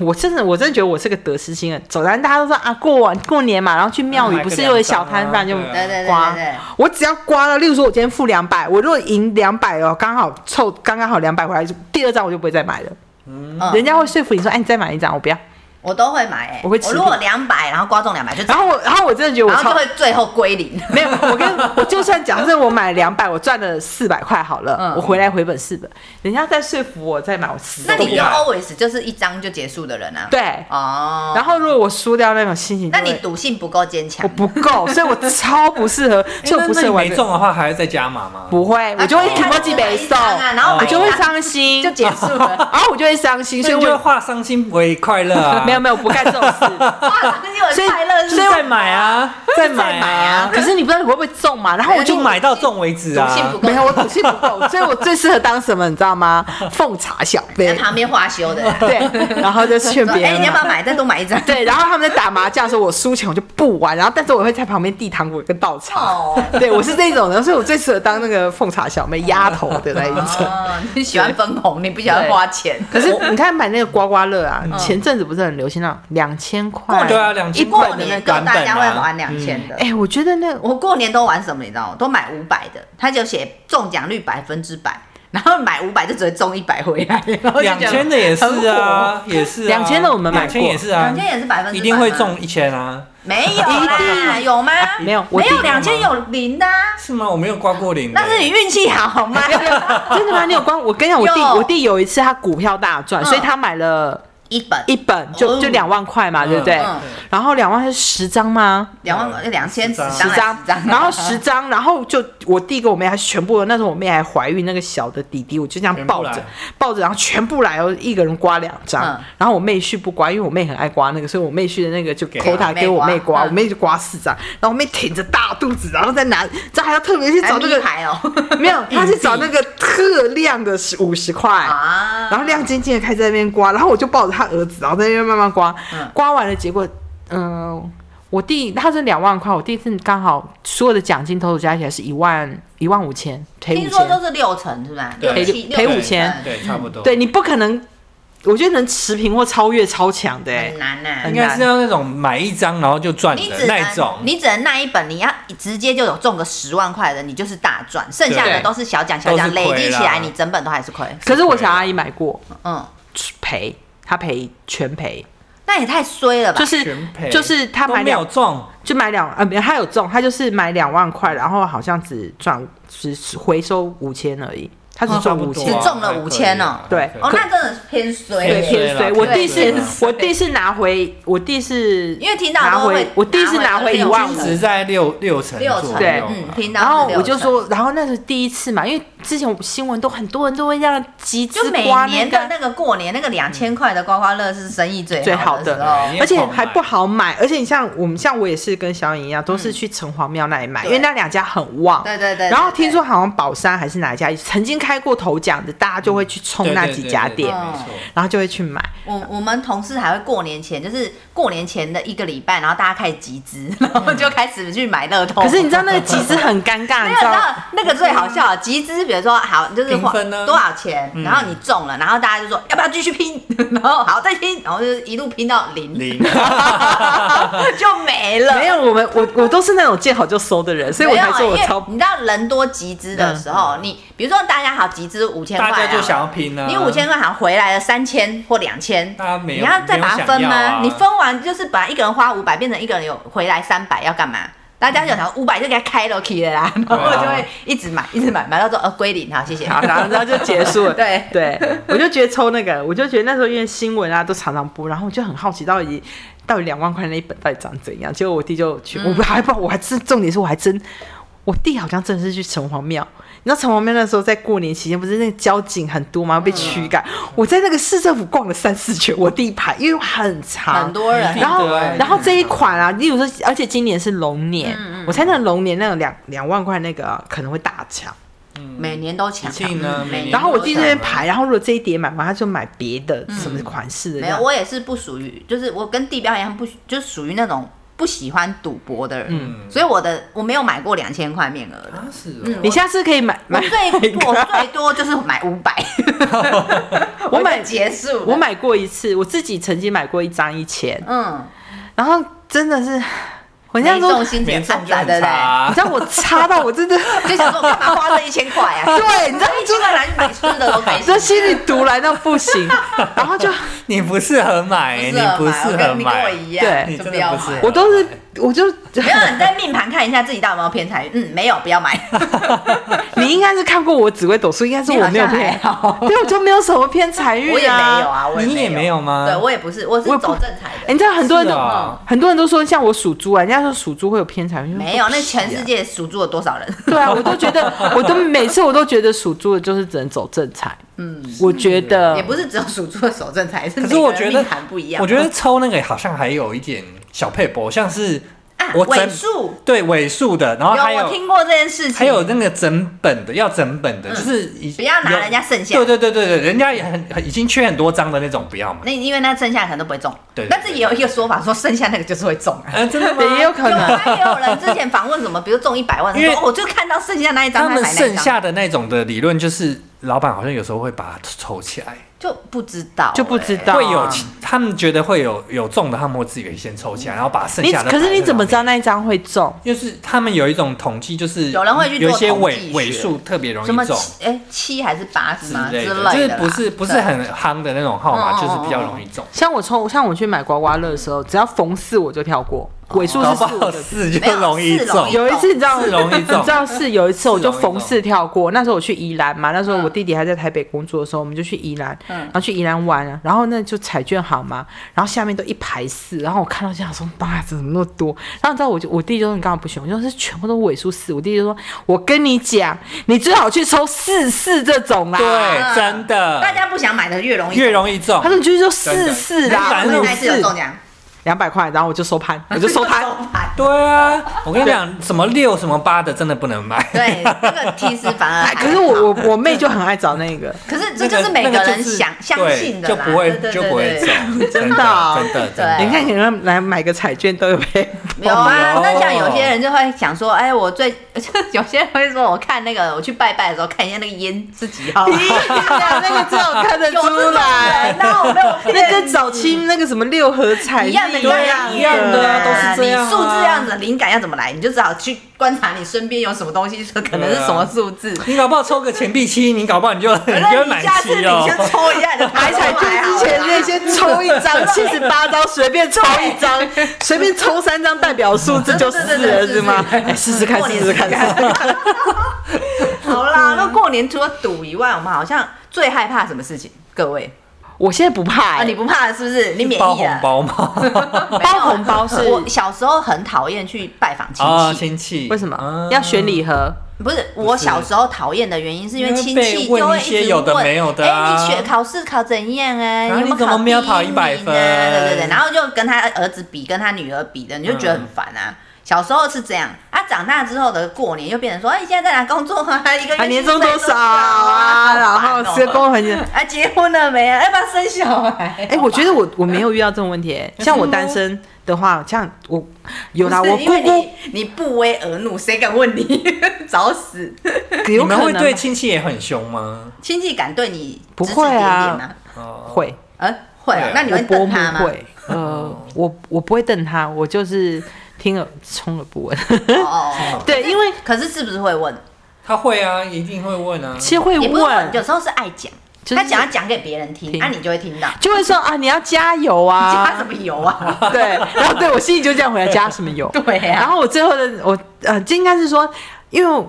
Speaker 3: 我真的我真的觉得我是个得失心人。走南大家都说啊，过完过年嘛，然后去庙宇
Speaker 1: 买个
Speaker 3: 不是有
Speaker 1: 两
Speaker 3: 小
Speaker 1: 张啊
Speaker 3: 摊贩就
Speaker 1: 对啊
Speaker 2: 对对对
Speaker 3: 刮
Speaker 2: 对对，
Speaker 3: 我只要刮了，例如说我今天付两百，我如果赢两百哦，刚好凑刚刚好两百回来，就第二张我就不会再买了。人
Speaker 2: 嗯，
Speaker 3: 家会说服你说，哎，你再买一张，我不要。
Speaker 2: 我都会买、欸。
Speaker 3: 我会吃
Speaker 2: 我如果两百，然后刮中两百，就
Speaker 3: 然后我然后我真的觉得我
Speaker 2: 然后
Speaker 3: 超
Speaker 2: 就会最后归零。
Speaker 3: 没有，我跟我就算假设我买两百，我赚了四百块好了，
Speaker 2: 嗯
Speaker 3: 我回来回本四本，人家再说服我再买我四
Speaker 2: 那
Speaker 3: 本。
Speaker 2: 你就
Speaker 1: 都不买
Speaker 2: always 就是一张就结束的人啊。。
Speaker 3: 对，
Speaker 2: 哦。
Speaker 3: 然后如果我输掉那种心情就
Speaker 2: 那
Speaker 3: 会，
Speaker 2: 你赌性不够坚
Speaker 3: 我
Speaker 2: 强。
Speaker 3: 不够，所以我超不适合，所以我
Speaker 1: 哎
Speaker 3: 不
Speaker 1: 那那
Speaker 3: 适合
Speaker 1: 你
Speaker 3: 玩
Speaker 1: 没
Speaker 3: 这个。
Speaker 1: 中的话，还要再加码吗？
Speaker 3: 不会，我就会
Speaker 2: 啊
Speaker 3: 提莫基北
Speaker 2: 一
Speaker 3: 送，
Speaker 2: 张啊，然后
Speaker 3: 我
Speaker 2: 买
Speaker 3: 就会
Speaker 2: 一张
Speaker 3: 伤心，
Speaker 2: 就结束 了。
Speaker 3: 然后我就会伤心，
Speaker 1: 所
Speaker 3: 所
Speaker 1: 以
Speaker 3: 以
Speaker 1: 我就会
Speaker 3: 我
Speaker 1: 化伤心为快乐
Speaker 2: 呃
Speaker 1: 啊。
Speaker 3: 没有没有不干这 种事，
Speaker 2: 哇，那
Speaker 3: 所
Speaker 2: 有
Speaker 3: 以
Speaker 2: 快乐
Speaker 1: 就是再买啊，再买啊，
Speaker 3: 可是你不知道你会不会中嘛，然后我就
Speaker 1: 就买到中为止啊
Speaker 2: 赌。性不够
Speaker 3: 没有，我赌气不够，所以我最适合当什么，你知道 吗？奉茶小
Speaker 2: 在
Speaker 3: 妹，
Speaker 2: 旁边花羞的啦。
Speaker 3: 对，然后就劝
Speaker 2: 说
Speaker 3: 别
Speaker 2: 哎，
Speaker 3: 人
Speaker 2: 你要不要
Speaker 3: 买。
Speaker 2: 买？再多买一张。
Speaker 3: 对，然后他们在打麻将的时候，我输钱我就不玩，然后但是我会在旁边递糖果跟倒茶。
Speaker 2: 哦。
Speaker 3: 对，我是这种人，所以我最适合当那个奉茶小妹丫头的那一种。
Speaker 2: 哦，你喜欢分红，你不喜欢花钱。
Speaker 3: 可是你看买那个刮刮乐啊，前阵子不是很流行那种两千块？
Speaker 1: 对啊，两
Speaker 3: 一
Speaker 1: 千
Speaker 2: 过
Speaker 1: 块的那
Speaker 2: 年
Speaker 1: 个版
Speaker 2: 大
Speaker 1: 本
Speaker 2: 家会
Speaker 1: 啊
Speaker 2: 玩。两千的。
Speaker 3: 哎、我觉得那个
Speaker 2: 我过年都玩什么，你知道吗？都买五百的，他就写中奖率百分之百，然后买五百就只会中一百回来，然后就
Speaker 1: 两
Speaker 2: 觉得
Speaker 1: 千的也是啊，也是啊
Speaker 3: 2000的我们买过
Speaker 1: 2000也是啊
Speaker 2: 两，千也是百分之百，
Speaker 1: 一定会中。一千啊。
Speaker 2: 没有 啦，有吗？
Speaker 3: 没有我
Speaker 2: 没有
Speaker 3: 弟
Speaker 2: 两千有零的、啊，
Speaker 1: 是吗？我没有刮过零的，
Speaker 2: 那是你运气 好吗？
Speaker 3: 真的吗？你有光？我跟你讲，我弟
Speaker 2: 有
Speaker 3: 我弟有一次他股票大赚，
Speaker 2: 嗯
Speaker 3: 所以他买了
Speaker 2: 一本
Speaker 3: 一本，
Speaker 2: 哦
Speaker 3: 就就两万块嘛，对不对？
Speaker 2: 嗯
Speaker 3: 然后两万是十张吗？
Speaker 2: 两万呃两千
Speaker 1: 十张
Speaker 3: 十张
Speaker 2: 张，张，
Speaker 3: 然后十张，然后就我弟跟我妹还全部，那时候我妹还怀孕，那个小的弟弟，我就这样
Speaker 1: 全部
Speaker 3: 抱着
Speaker 1: 来
Speaker 3: 抱着，然后全部来哦，一个人刮两张，
Speaker 2: 嗯
Speaker 3: 然后我妹婿不刮，因为我妹很爱刮那个，所以我妹婿的那个就
Speaker 1: 给
Speaker 3: 扣他
Speaker 2: 给
Speaker 3: 给我
Speaker 2: 我妹
Speaker 3: 妹
Speaker 2: 刮
Speaker 3: 刮，
Speaker 2: 嗯
Speaker 3: 我妹就刮四张，然后我妹挺着大肚子，然后再拿，这还要特别去
Speaker 2: 还
Speaker 3: 找那
Speaker 2: 咪
Speaker 3: 个，
Speaker 2: 牌哦
Speaker 3: 没 有，他去找那个特亮的十五十块
Speaker 2: 啊，
Speaker 3: 然后亮晶晶的开始在那边刮，然后我就抱着他儿子，然后在那边慢慢刮，
Speaker 2: 嗯
Speaker 3: 刮完了，结果，嗯、我弟他是两万块，我弟是刚好所有的奖金投手加起来是一万一万五千，赔
Speaker 2: 听
Speaker 3: 五
Speaker 2: 说都
Speaker 3: 千，
Speaker 2: 是六成是吧？
Speaker 1: 对
Speaker 2: 六七
Speaker 3: 赔
Speaker 2: 六
Speaker 3: 五千
Speaker 1: 对，差不多。
Speaker 3: 对，你不可能，我觉得能持平或超越超强的、欸
Speaker 1: 哎
Speaker 2: 很，难呐、
Speaker 1: 应该是要那种买一张然后就赚
Speaker 2: 你
Speaker 1: 的
Speaker 2: 只
Speaker 1: 那种
Speaker 2: 能，你只能那一本，你要直接就有中个十万块的，你就是大赚，剩下的
Speaker 3: 对
Speaker 2: 都是小奖小奖，
Speaker 1: 都是
Speaker 2: 累
Speaker 1: 亏
Speaker 2: 积起
Speaker 1: 啦
Speaker 2: 来你整本都还是亏。
Speaker 3: 可是我小阿姨买过
Speaker 2: 嗯，
Speaker 3: 赔，她赔全赔，
Speaker 2: 那也太衰了吧？
Speaker 3: 就是
Speaker 1: 全赔
Speaker 3: 就是她
Speaker 1: 都
Speaker 3: 买
Speaker 1: 没有
Speaker 3: 两
Speaker 1: 中，
Speaker 3: 就买两呃没有，她有中，她就是买两万块，然后好像只赚只回收五千而已，她只
Speaker 1: 差
Speaker 3: 赚
Speaker 1: 不
Speaker 3: 五
Speaker 1: 多
Speaker 3: 千
Speaker 1: 啊，
Speaker 2: 只中了
Speaker 1: 还可以
Speaker 2: 5000哦
Speaker 1: 还
Speaker 3: 对
Speaker 1: 可以
Speaker 2: 哦，那真的是偏衰、
Speaker 3: 对
Speaker 1: 哎对
Speaker 2: 欸。
Speaker 3: 偏
Speaker 1: 偏
Speaker 3: 衰
Speaker 1: 衰啦
Speaker 3: 我弟
Speaker 1: 偏
Speaker 3: 是
Speaker 1: 衰啦，
Speaker 3: 我弟是拿回，我弟是
Speaker 2: 因为听到
Speaker 3: 拿
Speaker 2: 都
Speaker 3: 回
Speaker 2: 会，，
Speaker 3: 我弟是拿回一万
Speaker 1: 均
Speaker 3: 五。
Speaker 1: 值在六六成
Speaker 2: 六成，
Speaker 1: 左
Speaker 3: 对
Speaker 1: 右
Speaker 2: 嗯
Speaker 1: 吧，
Speaker 2: 听到
Speaker 3: 然
Speaker 2: 是
Speaker 3: 后
Speaker 2: 六
Speaker 3: 我就
Speaker 2: 成
Speaker 3: 说，然后那是第一次嘛，因为之前我们新闻都很多人都会这样集
Speaker 2: 就
Speaker 3: 资
Speaker 2: 每
Speaker 3: 刮那
Speaker 2: 年的
Speaker 3: 个，
Speaker 2: 那个过年那个两千块的刮刮乐是生意最
Speaker 3: 最
Speaker 2: 好
Speaker 3: 好
Speaker 2: 的时
Speaker 3: 的
Speaker 2: 候，
Speaker 1: 对
Speaker 3: 而且还不好买。而且你像我们，像我也是跟小颖一样，都是去城隍庙那里买，
Speaker 2: 嗯对
Speaker 3: 因为那两家很旺。
Speaker 2: 对对对对
Speaker 3: 然后听说好像宝山还是哪一家曾经开过头奖的，大家就会去冲
Speaker 1: 对
Speaker 3: 那
Speaker 1: 对
Speaker 3: 几
Speaker 1: 对
Speaker 3: 家
Speaker 1: 对对
Speaker 3: 店，
Speaker 2: 嗯
Speaker 1: 没错
Speaker 3: 然后就会去买。
Speaker 2: 我我们同事还会过年前，就是过年前的一个礼拜，然后大家开始集 资，然后就开始去买乐透。
Speaker 3: 可是你知道那个集资很尴尬，
Speaker 2: 哦 没
Speaker 3: 你
Speaker 2: 有，
Speaker 3: 知
Speaker 2: 你知
Speaker 3: 道
Speaker 2: 道那个最好笑，集资，比如说好，就是
Speaker 1: 平
Speaker 2: 花
Speaker 1: 分呢
Speaker 2: 多少钱，
Speaker 3: 嗯
Speaker 2: 然后你中了，然后大家就说要不要继续拼， 然后好再拼，然后就是一路拼到零，
Speaker 1: 零，
Speaker 2: 就没了。
Speaker 3: 没有，我们我我都是那种见好就收的人，所以我
Speaker 2: 没有
Speaker 3: 才说我
Speaker 2: 因为
Speaker 3: 超
Speaker 2: 你
Speaker 3: 嗯
Speaker 2: 知道人多集资的时候，你比如说大家好集资五千块，
Speaker 1: 大家就想要拼啊，
Speaker 2: 你五千块好像回来了三千或两千，
Speaker 1: 大家没
Speaker 2: 你
Speaker 1: 有
Speaker 2: 要再把它分吗？
Speaker 1: 没有想要啊
Speaker 2: 你分完就是把一个人花五百，变成一个人有回来三百，要干嘛？大家就想五百就给他开了 k 了啦，然后就会一直买，一直买，买到说呃归零，好谢谢。
Speaker 3: 嗯啊好，然后然后就结束了。
Speaker 2: 对
Speaker 3: 对，我就觉得抽那个，我就觉得那时候因为新闻啊都常常播，然后我就很好奇到底到底两万块那一本到底长怎样。结果我弟就去，
Speaker 2: 嗯
Speaker 3: 我还不我还真重点是我还真。我弟好像真的是去城隍庙，你知道城隍庙那时候在过年期间，不是那个交警很多吗？被驱赶。
Speaker 2: 嗯
Speaker 3: 我在那个市政府逛了三四圈，我第一排，因为很长，
Speaker 2: 很多人
Speaker 1: 一定
Speaker 3: 然后
Speaker 1: 的啊，
Speaker 3: 然后这一
Speaker 1: 一定的
Speaker 3: 款啊，例如说，而且今年是龙年，
Speaker 2: 嗯
Speaker 3: 我猜那龙年那个两两万块那个啊可能会大抢。
Speaker 2: 每年都抢
Speaker 1: 一，定呢
Speaker 2: 每年
Speaker 1: 每年
Speaker 3: 然后我
Speaker 2: 都
Speaker 3: 弟
Speaker 2: 抢
Speaker 3: 这边排，然后如果这一叠买完，他就买别的什么款式的
Speaker 2: 嗯
Speaker 3: 这
Speaker 2: 没有，
Speaker 3: 样。
Speaker 2: 我也是不属于，就是我跟地标一样不，就属于那种不喜欢赌博的人，
Speaker 3: 嗯
Speaker 2: 所以我的我没有买过两千块面额的。
Speaker 1: 啊是哦
Speaker 2: 嗯
Speaker 3: 你下次可以买
Speaker 2: 我
Speaker 3: 买
Speaker 2: 最 我最多就是买五百，
Speaker 3: 我买
Speaker 2: 就结束了，
Speaker 3: 我买过一次，我自己曾经买过一张一千，
Speaker 2: 嗯，然
Speaker 3: 然后真的是，我那
Speaker 2: 没
Speaker 3: 时候
Speaker 2: 中心
Speaker 1: 没
Speaker 2: 点
Speaker 1: 中就
Speaker 2: 啊
Speaker 1: 很
Speaker 2: 对
Speaker 1: 差
Speaker 2: 不
Speaker 1: 啊
Speaker 3: 你，知道我差到我真的，
Speaker 2: 对？就想说干嘛花这一千块啊？
Speaker 3: 对，你知道。
Speaker 2: 一千块拿去买吃的都可以
Speaker 3: 这心里毒来到不行，然后就
Speaker 1: 你不适合买，你不
Speaker 2: 适
Speaker 1: 适
Speaker 2: 合
Speaker 1: 合
Speaker 2: 啊买，我跟你跟我
Speaker 1: 买，
Speaker 2: 一样，
Speaker 3: 对
Speaker 1: 你
Speaker 2: 就
Speaker 1: 真的
Speaker 2: 要
Speaker 1: 不适
Speaker 2: 买
Speaker 1: 合。
Speaker 3: 我都是我就
Speaker 2: 没有，你在命盘看一下自己到底有没有偏财运。嗯，没有，不要买。
Speaker 3: 你应该是看过我紫微斗数，应该是我没有偏
Speaker 2: 你好像还，
Speaker 3: 对，我就没有什么偏财运啊。
Speaker 2: 我也没有啊，我
Speaker 1: 你也
Speaker 2: 也
Speaker 1: 没有吗
Speaker 2: 对我也不是，我是
Speaker 3: 我也不
Speaker 2: 走正财
Speaker 3: 哎、
Speaker 2: 的。
Speaker 3: 你知道很多人
Speaker 1: 是
Speaker 3: 都、
Speaker 1: 啊
Speaker 3: 很多人都说像我属猪啊，人家说属猪会有偏财运，
Speaker 2: 哦没有，那
Speaker 1: 啊
Speaker 2: 全
Speaker 3: 界。
Speaker 2: 世界属猪有多少人？
Speaker 3: 对啊，我都觉得，我都每次我都觉得属猪的就是只能走正财。嗯，我觉得
Speaker 2: 也不是只有属猪的守正财，是
Speaker 1: 可
Speaker 2: 每
Speaker 1: 是
Speaker 2: 个
Speaker 1: 我
Speaker 2: 人
Speaker 1: 觉得
Speaker 2: 命盘不一样。
Speaker 1: 我觉得抽那个好像还有一点小配博，像是
Speaker 2: 啊，
Speaker 1: 我
Speaker 2: 尾
Speaker 1: 整
Speaker 2: 数
Speaker 1: 对尾数的，然后还
Speaker 2: 有我
Speaker 1: 有
Speaker 2: 听过这件事情，
Speaker 1: 还有那个整本的，要整本的，就是已
Speaker 2: 不要拿
Speaker 1: 有
Speaker 2: 人家剩下
Speaker 1: 对对对对对，人家也很很已经缺很多张的那种，不要 买。
Speaker 2: 那因为那剩下的可能都不会中，
Speaker 1: 对对
Speaker 2: 但是也有一个说法说剩下那个就是会中 啊。
Speaker 1: 嗯，真的
Speaker 3: 对也有
Speaker 1: 吗？
Speaker 3: 可
Speaker 2: 有
Speaker 3: 能。
Speaker 2: 啊，也有人之前访问什么，比如中一百万，他
Speaker 1: 因为
Speaker 2: 说哦我就看到剩下那一张，
Speaker 1: 他
Speaker 2: 买
Speaker 1: 们
Speaker 2: 那一
Speaker 1: 剩
Speaker 2: 张
Speaker 1: 下的那种的理论就是，老板好像有时候会把它抽起来，
Speaker 2: 就不知道欸，
Speaker 3: 就不知道
Speaker 1: 会有
Speaker 3: 啊
Speaker 1: 他们觉得会有有中的，他们会自己先抽起来，然后把剩
Speaker 3: 你
Speaker 1: 下的。
Speaker 3: 可是你怎么知道？那一张会中？
Speaker 1: 就是他们有一种统计，就是
Speaker 2: 有人会去做
Speaker 1: 有一些
Speaker 2: 统计
Speaker 1: 尾
Speaker 2: 学
Speaker 1: 尾数特别容易
Speaker 2: 什么
Speaker 1: 中
Speaker 2: 七哎七还是八是
Speaker 1: 之
Speaker 2: 吗之
Speaker 1: 类
Speaker 2: 类
Speaker 1: 的，
Speaker 2: 啦
Speaker 1: 就是不是不是
Speaker 2: 对
Speaker 1: 很夯的那种号
Speaker 2: 嗯嗯
Speaker 1: 码，
Speaker 2: 嗯
Speaker 1: 就是比较容易中。
Speaker 3: 像我抽，像我去买刮刮乐的时候，只要逢四我就跳过，尾数
Speaker 1: 哦搞
Speaker 3: 是
Speaker 1: 不
Speaker 3: 四五
Speaker 1: 好
Speaker 3: 个
Speaker 1: 四就
Speaker 2: 没有
Speaker 1: 容易
Speaker 2: 四
Speaker 1: 中
Speaker 2: 容易，
Speaker 3: 有一次你知道，
Speaker 1: 四哦容易
Speaker 3: 你
Speaker 1: 中
Speaker 3: 知道是有一次我就逢
Speaker 1: 四
Speaker 3: 四跳过。那时候我去宜兰嘛，那时候我
Speaker 2: 嗯
Speaker 3: 弟弟还在台北工作的时候，我们就去宜兰，
Speaker 2: 嗯
Speaker 3: 然后去宜兰玩啊，然后那就彩券行嘛，然后下面都一排四，然后我看到这样说，妈，这怎么那么多？然后你知道我就我弟就说你干嘛不选？我就说是全部都尾数四，我弟就说我跟你讲，你最好去抽四四这种啦。
Speaker 1: 对，真的，
Speaker 2: 大家不想买的越容易
Speaker 1: 越容
Speaker 2: 易。
Speaker 1: 易中
Speaker 3: 他。说你就去抽
Speaker 1: 真的
Speaker 3: 四四
Speaker 1: 那
Speaker 3: 啦
Speaker 1: 反，正
Speaker 2: 我
Speaker 3: 五
Speaker 2: 那一次有
Speaker 3: 四
Speaker 2: 中奖，
Speaker 3: 两百块，然后我就收盘，我就收摊。
Speaker 2: 盘。
Speaker 1: 对啊，我跟你讲，什么六什么八的真的不能买。
Speaker 2: 对，这个其实反而还
Speaker 3: 哎
Speaker 2: 好
Speaker 3: 可是我，我我妹就很爱找那个，
Speaker 2: 可是这
Speaker 1: 那
Speaker 2: 就
Speaker 1: 个
Speaker 2: 是每
Speaker 1: 那
Speaker 2: 人
Speaker 1: 就是
Speaker 2: 想相
Speaker 1: 对
Speaker 2: 信的
Speaker 1: 就
Speaker 2: 啦，
Speaker 1: 不会
Speaker 2: 对对
Speaker 1: 就
Speaker 2: 对
Speaker 1: 不会
Speaker 2: 对
Speaker 1: 中， 真
Speaker 3: 的啊
Speaker 1: 真的真哦
Speaker 2: 对
Speaker 1: 的
Speaker 3: 你看你们来买个彩券都有被
Speaker 2: 有啊
Speaker 1: 哦，
Speaker 2: 那像有些人就会想说，哎，我最 就有些人会说，我看那个我去拜拜的时候看一下那个烟是 几 号，有
Speaker 3: 啊那个只有看得
Speaker 2: 这种人，那我没有骗
Speaker 3: 那跟
Speaker 2: 你
Speaker 3: 早期那个什么六合彩
Speaker 2: 一样的，
Speaker 3: 是
Speaker 1: 对
Speaker 3: 样
Speaker 1: 啊一样的啊都是这样啊
Speaker 2: 你数字样子，灵感要怎么来，你就只好去观察你身边有什么东西，说可能是什么数字。
Speaker 1: 你搞不好抽个钱币七，你搞不好你就啊你
Speaker 2: 可
Speaker 1: 就会
Speaker 2: 是你
Speaker 1: 买
Speaker 2: 下次
Speaker 1: 七
Speaker 2: 你
Speaker 1: 哦。
Speaker 2: 先抽一下，你就
Speaker 3: 买彩券之前那些抽一 张七十八张，随便抽一张， 随便抽三张代表数字 就是了，是吗？哎，试试看，
Speaker 2: 过年
Speaker 3: 试试看，试试啊看。
Speaker 2: 好啦，那过年除了赌以外，我们好像最害怕什么事情？各位
Speaker 3: 我现在不怕
Speaker 2: 啊，你
Speaker 3: 哎，
Speaker 2: 不怕是不是？你免
Speaker 1: 包
Speaker 2: 疫啊
Speaker 1: 红
Speaker 2: 了。
Speaker 1: 包吗？
Speaker 3: 包红包是
Speaker 2: 啊我小时候很讨厌去拜访 亲
Speaker 1: 啊，
Speaker 2: 戚，
Speaker 1: 亲戚
Speaker 3: 为什
Speaker 1: 啊
Speaker 3: 么要选礼盒？
Speaker 2: 不是我小时候讨厌的原因，是因为亲戚
Speaker 1: 因为被
Speaker 2: 就会
Speaker 1: 问
Speaker 2: 一
Speaker 1: 一
Speaker 2: 直
Speaker 1: 些有的
Speaker 2: 问
Speaker 1: 没有的
Speaker 2: 哎，
Speaker 1: 啊
Speaker 2: 你学考试考怎样啊？
Speaker 1: 啊
Speaker 2: 有没有
Speaker 1: 你怎么没有考
Speaker 2: 第一
Speaker 1: 100
Speaker 2: 名啊
Speaker 1: 分
Speaker 2: 对对对，然后就跟他儿子比，跟他女儿比的，你就觉得很烦啊。小时候是这样，啊，长大之后的过年又变成说，哎，你现在在哪工作啊？ 一个月
Speaker 3: 啊，年终
Speaker 2: 薪水
Speaker 3: 多
Speaker 2: 多
Speaker 3: 少
Speaker 2: 啊？
Speaker 3: 啊？然后
Speaker 2: 是
Speaker 3: 是工很简
Speaker 2: 啊，结婚了没啊？要不要生小孩？
Speaker 3: 哎、我觉得我我没有遇到这 种问题、欸，像我单身的话，像我有啦，
Speaker 2: 不是
Speaker 3: 我
Speaker 2: 因为
Speaker 3: 姑姑
Speaker 2: 你你不威而怒，谁敢问你？ 找死！
Speaker 1: 你
Speaker 3: 有可
Speaker 1: 们
Speaker 3: 能
Speaker 1: 会
Speaker 3: 啊
Speaker 1: 对亲戚也很凶吗？
Speaker 2: 亲戚敢对你
Speaker 3: 不
Speaker 2: 指指
Speaker 3: 会
Speaker 2: 点点
Speaker 3: 啊
Speaker 2: 吗？
Speaker 1: 哦，
Speaker 3: 会，
Speaker 2: 啊，会啊
Speaker 1: 会啊，
Speaker 2: 那你会
Speaker 3: 我伯
Speaker 2: 瞪
Speaker 3: 母
Speaker 2: 他吗？
Speaker 3: 会，呃，我我不会瞪他，我就是听而充耳不闻。
Speaker 2: 哦，
Speaker 3: 对，因为
Speaker 2: 可是是不是会问？
Speaker 1: 他会啊，一定会问啊。
Speaker 3: 其实会
Speaker 2: 也不是问，
Speaker 3: 问，
Speaker 2: 有时候是爱讲，
Speaker 3: 就是
Speaker 2: 他讲要讲给别人听，
Speaker 3: 听
Speaker 2: 啊，你就会听到。
Speaker 3: 就会说啊，你要加油
Speaker 2: 加
Speaker 3: 啊
Speaker 2: 什，么油 啊？
Speaker 3: 对，然后对我心里就这样回来，加什么油？
Speaker 2: 对啊
Speaker 3: 然
Speaker 1: 啊
Speaker 2: 呀，
Speaker 3: 后我最后的我呃，这应该是说，因为我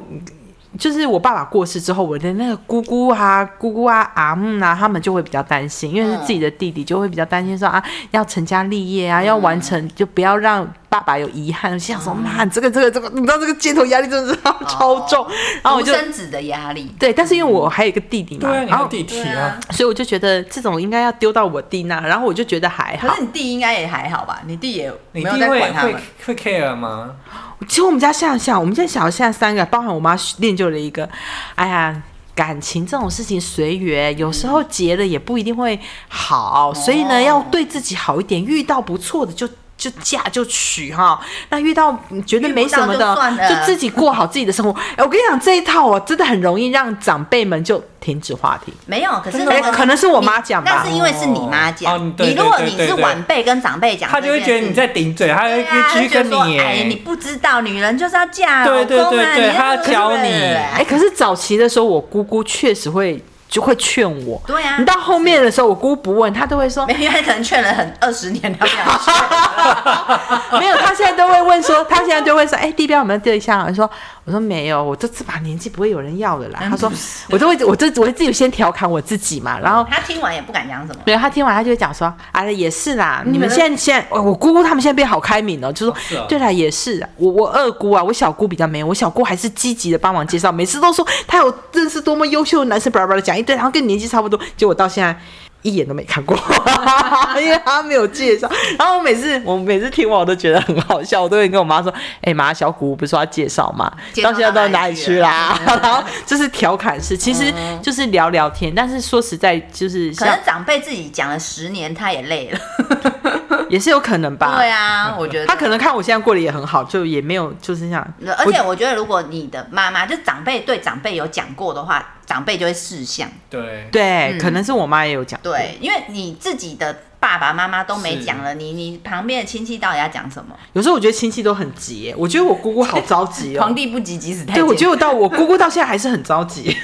Speaker 3: 就是我爸爸过世之后，我的那个姑姑啊、姑姑啊、阿姆啊，他们就会比较担心，因为是自己的弟弟，就会比较担心说啊，要成家立业
Speaker 1: 嗯
Speaker 3: 啊，要完成，就不要让爸爸有遗憾。我心想说，妈，这个这个这个，你知道这个街头压力真的是超重，
Speaker 1: 嗯
Speaker 3: 然啊后我
Speaker 2: 独
Speaker 3: 就。
Speaker 2: 生子的压力。
Speaker 3: 对，但是因为我还有一个弟弟嘛，
Speaker 1: 对啊，你
Speaker 3: 然后
Speaker 1: 看弟弟
Speaker 2: 对啊
Speaker 1: 啊，
Speaker 3: 所以我就觉得这种应该要丢到我弟那，然后我就觉得还好
Speaker 2: 可。是你弟应该也还好吧？你弟也
Speaker 1: 你
Speaker 2: 没有
Speaker 1: 弟
Speaker 2: 在
Speaker 1: 会
Speaker 2: 管他
Speaker 1: 会
Speaker 2: 们。
Speaker 1: 会 care 吗？
Speaker 3: 其实我们家像像，我们家小孩现在三个，包含我妈练就了一个，哎呀。感情这种事情随缘，有时候结了也不一定会好，所以
Speaker 2: 哦
Speaker 3: 呢，要对自己好一点。遇到不错的就就嫁就娶哈，那遇到嗯觉得没什
Speaker 2: 遇
Speaker 3: 么
Speaker 2: 不到
Speaker 3: 的
Speaker 2: 就算，了
Speaker 3: 就自己过好自己的生活。哎，我跟你讲，这一套哦，真的很容易让长辈们就停止话题。
Speaker 2: 没有，可是
Speaker 3: 哎
Speaker 2: 如果
Speaker 3: 可能是我妈讲吧
Speaker 2: 那是因为是你妈
Speaker 1: 哦
Speaker 2: 讲
Speaker 1: 哦。对
Speaker 2: 你如果你
Speaker 1: 对对
Speaker 2: 是
Speaker 1: 对对
Speaker 2: 晚辈跟长辈讲这
Speaker 1: 他就
Speaker 2: 件事，
Speaker 1: 会觉得你在顶嘴，他
Speaker 2: 对
Speaker 1: 会
Speaker 2: 啊，他
Speaker 1: 继
Speaker 2: 就
Speaker 1: 续
Speaker 2: 觉得
Speaker 1: 跟
Speaker 2: 说，
Speaker 1: 你欸
Speaker 2: 哎，你
Speaker 1: 耶。
Speaker 2: 不知道，女人就是要嫁老公啊，
Speaker 1: 对对对对
Speaker 2: 你要
Speaker 1: 他要教你
Speaker 3: 哎，可是早期的时候，我姑姑确实会就会劝我。
Speaker 2: 对啊
Speaker 3: 你到后面的时候，我姑姑不问，她都会说
Speaker 2: 没有，因为可能劝了很二十年，他 不想劝。
Speaker 3: 没有，他现在都会问说，他现在就会说，哎、地标有没有对象啊？我说，我说没有，我这这把年纪不会有人要的啦。他说，我都会，我就我会自己先调侃我自己嘛，然后。
Speaker 2: 哦他听完也不敢讲什么。
Speaker 3: 没有，他听完他就会讲说，啊，也是啦，
Speaker 2: 你
Speaker 3: 你
Speaker 2: 们
Speaker 3: 们现在现在，哦我姑姑他们现在变好开明了，就说，
Speaker 1: 是啊
Speaker 3: 对啦，也是啊，我我二姑啊，我小姑比较没有，我小姑还是积极的帮忙介绍，每次都说她有认识多么优秀的男生，巴拉巴拉讲一堆，然后跟你年纪差不多，结果到现在一眼都没看过， 因为他没有介绍。然后我每次我每次听完我都觉得很好笑，我都会跟我妈说：“哎、妈，小谷不是说要介绍吗？
Speaker 2: 介绍
Speaker 3: 到
Speaker 2: 到
Speaker 3: 现在到
Speaker 2: 哪
Speaker 3: 哪
Speaker 2: 里
Speaker 3: 里
Speaker 2: 去
Speaker 3: 去啦？” 然后就是调侃式，其实就是聊聊天。但是说实在，就是
Speaker 2: 可
Speaker 3: 像
Speaker 2: 能长辈自己讲了十年，他也累了。
Speaker 3: 也是有可能 吧。
Speaker 2: 对啊，我觉得
Speaker 3: 他可能看我现在过得也很好，就也没有就是像，
Speaker 2: 而且我觉得，如果你的妈妈就长辈对长辈有讲过的话，长辈就会识相。
Speaker 1: 对，
Speaker 3: 对，
Speaker 2: 嗯
Speaker 3: 可能是我妈也有讲过。
Speaker 2: 对，因为你自己的爸爸妈妈都没
Speaker 1: 是
Speaker 2: 讲了，你你旁边的亲戚到底要讲什么？
Speaker 3: 有时候我觉得亲戚都很急
Speaker 2: 嗯
Speaker 3: 耶，我觉得我姑姑好着 急哦
Speaker 2: 皇。帝不急急死太监。
Speaker 3: 对，我觉得我到我姑姑到现在还是很 着急，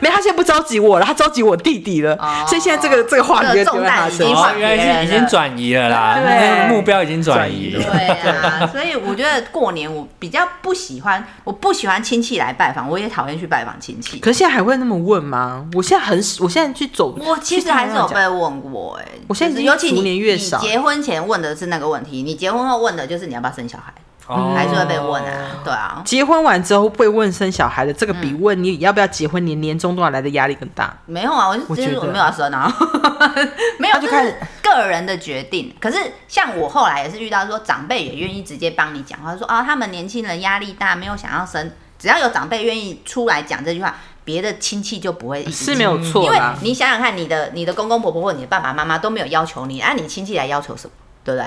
Speaker 3: 没，她现在不着急我了，她着急我弟弟了，
Speaker 2: 哦
Speaker 3: 所以现在这个这个话题
Speaker 2: 这个
Speaker 3: 就丢
Speaker 2: 重
Speaker 3: 在她
Speaker 2: 担已
Speaker 3: 身
Speaker 2: 经
Speaker 3: 上。
Speaker 1: 哦
Speaker 2: 放，
Speaker 1: 原
Speaker 2: 别
Speaker 1: 来是
Speaker 2: 人
Speaker 1: 已经
Speaker 2: 了
Speaker 1: 转移了啦，
Speaker 3: 对
Speaker 1: 那个目标已经转移
Speaker 3: 转移
Speaker 1: 了。
Speaker 2: 对啊， 所以我觉得过年我比较不喜欢，我不喜欢亲戚来拜访，我也讨厌去拜访亲戚。
Speaker 3: 可是现在还会那么问吗？我现在很，我现在去走，
Speaker 2: 我其实还是有被问过、哎，
Speaker 3: 我现在
Speaker 2: 就是
Speaker 3: 已经
Speaker 2: 尤其你
Speaker 3: 逐年越少
Speaker 2: 你结婚前问的是那个问题，你结婚后问的就是你要不要生小孩，
Speaker 1: 哦
Speaker 2: 还是会被问啊，对啊。
Speaker 3: 结婚完之后被问生小孩的这个
Speaker 2: 嗯
Speaker 3: 比问你要不要结婚，你年终多少来的压力更大。
Speaker 2: 没有啊，我就
Speaker 3: 我
Speaker 2: 其
Speaker 3: 觉得
Speaker 2: 实我没有要生 啊，没有，
Speaker 3: 他就
Speaker 2: 就
Speaker 3: 开
Speaker 2: 是
Speaker 3: 始
Speaker 2: 个人的决定。可是像我后来也是遇到说，长辈也愿意直接帮你讲话，说啊，他们年轻人压力大，没有想要生。只要有长辈愿意出来讲这句话，别的亲戚就不会一
Speaker 3: 是没有错
Speaker 2: 因为
Speaker 3: 啦，
Speaker 2: 你想想看，你的你的公公婆婆或你的爸爸妈妈都没有要求你，啊，你亲戚来要求什么，对不对？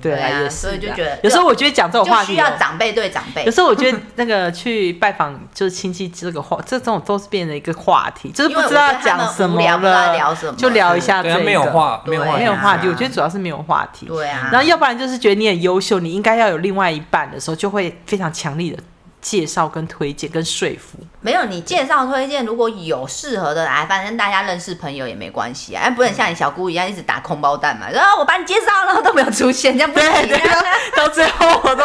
Speaker 3: 对
Speaker 2: 对啊
Speaker 3: 也是
Speaker 2: 所以就
Speaker 3: 啦
Speaker 2: 觉得
Speaker 3: 有时候我觉得讲这种话
Speaker 2: 就
Speaker 3: 题
Speaker 2: 需
Speaker 3: 哦，
Speaker 2: 要长辈对长辈
Speaker 3: 有。时候我觉得那个去拜访就是亲戚这个话，这种都是变成一个话题，就是不知道要讲什
Speaker 2: 因为我觉得他
Speaker 3: 么
Speaker 2: 们无聊不知道
Speaker 3: 了，
Speaker 2: 要聊什么
Speaker 3: 就聊一下这
Speaker 1: 对
Speaker 3: 个
Speaker 1: 啊，没有话，
Speaker 2: 对
Speaker 1: 没有话，
Speaker 3: 没有话题。
Speaker 2: 对啊
Speaker 3: 我觉得主要是没有话题。
Speaker 2: 对啊，
Speaker 3: 然后要不然就是觉得你很优秀，你应该要有另外一半的时候，就会非常强力的介绍、跟推荐、跟说服。
Speaker 2: 没有，你介绍推荐，如果有适合的来，反正大家认识朋友也没关系啊，哎，
Speaker 3: 嗯
Speaker 2: 不能像你小姑一样一直打空包弹嘛，然哦后我把你介绍了都没有出 现，这样不行
Speaker 3: 对对
Speaker 2: 啊。
Speaker 3: 到最后 我都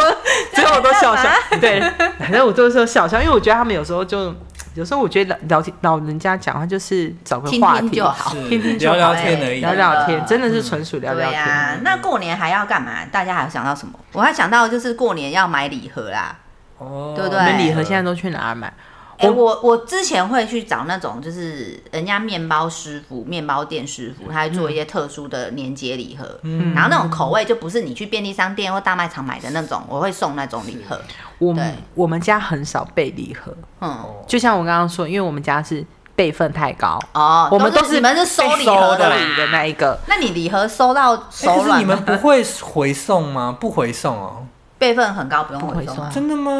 Speaker 3: 最后我都笑笑，对，反正我都是笑笑，因为我觉得他们有时候就有时候我觉得老天老人家讲话就是找个
Speaker 2: 听
Speaker 3: 话
Speaker 2: 听
Speaker 3: 题
Speaker 2: 就好
Speaker 1: 是
Speaker 3: 听听就
Speaker 1: 聊
Speaker 3: 好
Speaker 1: 聊天而已。
Speaker 3: 哎
Speaker 1: 啊
Speaker 3: 聊聊天，
Speaker 2: 嗯
Speaker 3: 真的是纯属聊聊
Speaker 2: 对
Speaker 3: 天。
Speaker 2: 呀、那过年还要干嘛？大家还有想到什么？我还想到就是过年要买礼盒啦。
Speaker 1: 哦
Speaker 2: 对不对
Speaker 3: 我们礼盒现在都去哪儿买？
Speaker 2: 哎、
Speaker 3: 我
Speaker 2: 我我之前会去找那种就是人家面包师傅、面包店师傅，他会做一
Speaker 3: 嗯
Speaker 2: 些特殊的年节礼盒，然后那种口味就不是你去便利商店或大卖场买的那种，我会送那种礼盒。
Speaker 3: 我
Speaker 2: 对
Speaker 3: 们我们家很少备礼盒，
Speaker 2: 嗯，
Speaker 1: 哎
Speaker 3: 就像我刚刚说，因为我们家是辈分太高，
Speaker 2: 哦，
Speaker 3: 我们
Speaker 2: 都
Speaker 3: 都是
Speaker 2: 你们是收
Speaker 3: 被
Speaker 2: 礼盒
Speaker 3: 的
Speaker 2: 啦
Speaker 3: 礼的那一个。
Speaker 2: 那你礼盒收到
Speaker 1: 哎可
Speaker 2: 手
Speaker 3: 啊
Speaker 1: 是
Speaker 2: 软
Speaker 1: 你
Speaker 2: 吗，
Speaker 1: 们不会回送吗？不回送哦，
Speaker 2: 辈分很高，不用
Speaker 3: 不
Speaker 2: 回
Speaker 3: 回
Speaker 2: 收
Speaker 3: 送。啊
Speaker 1: 真的吗？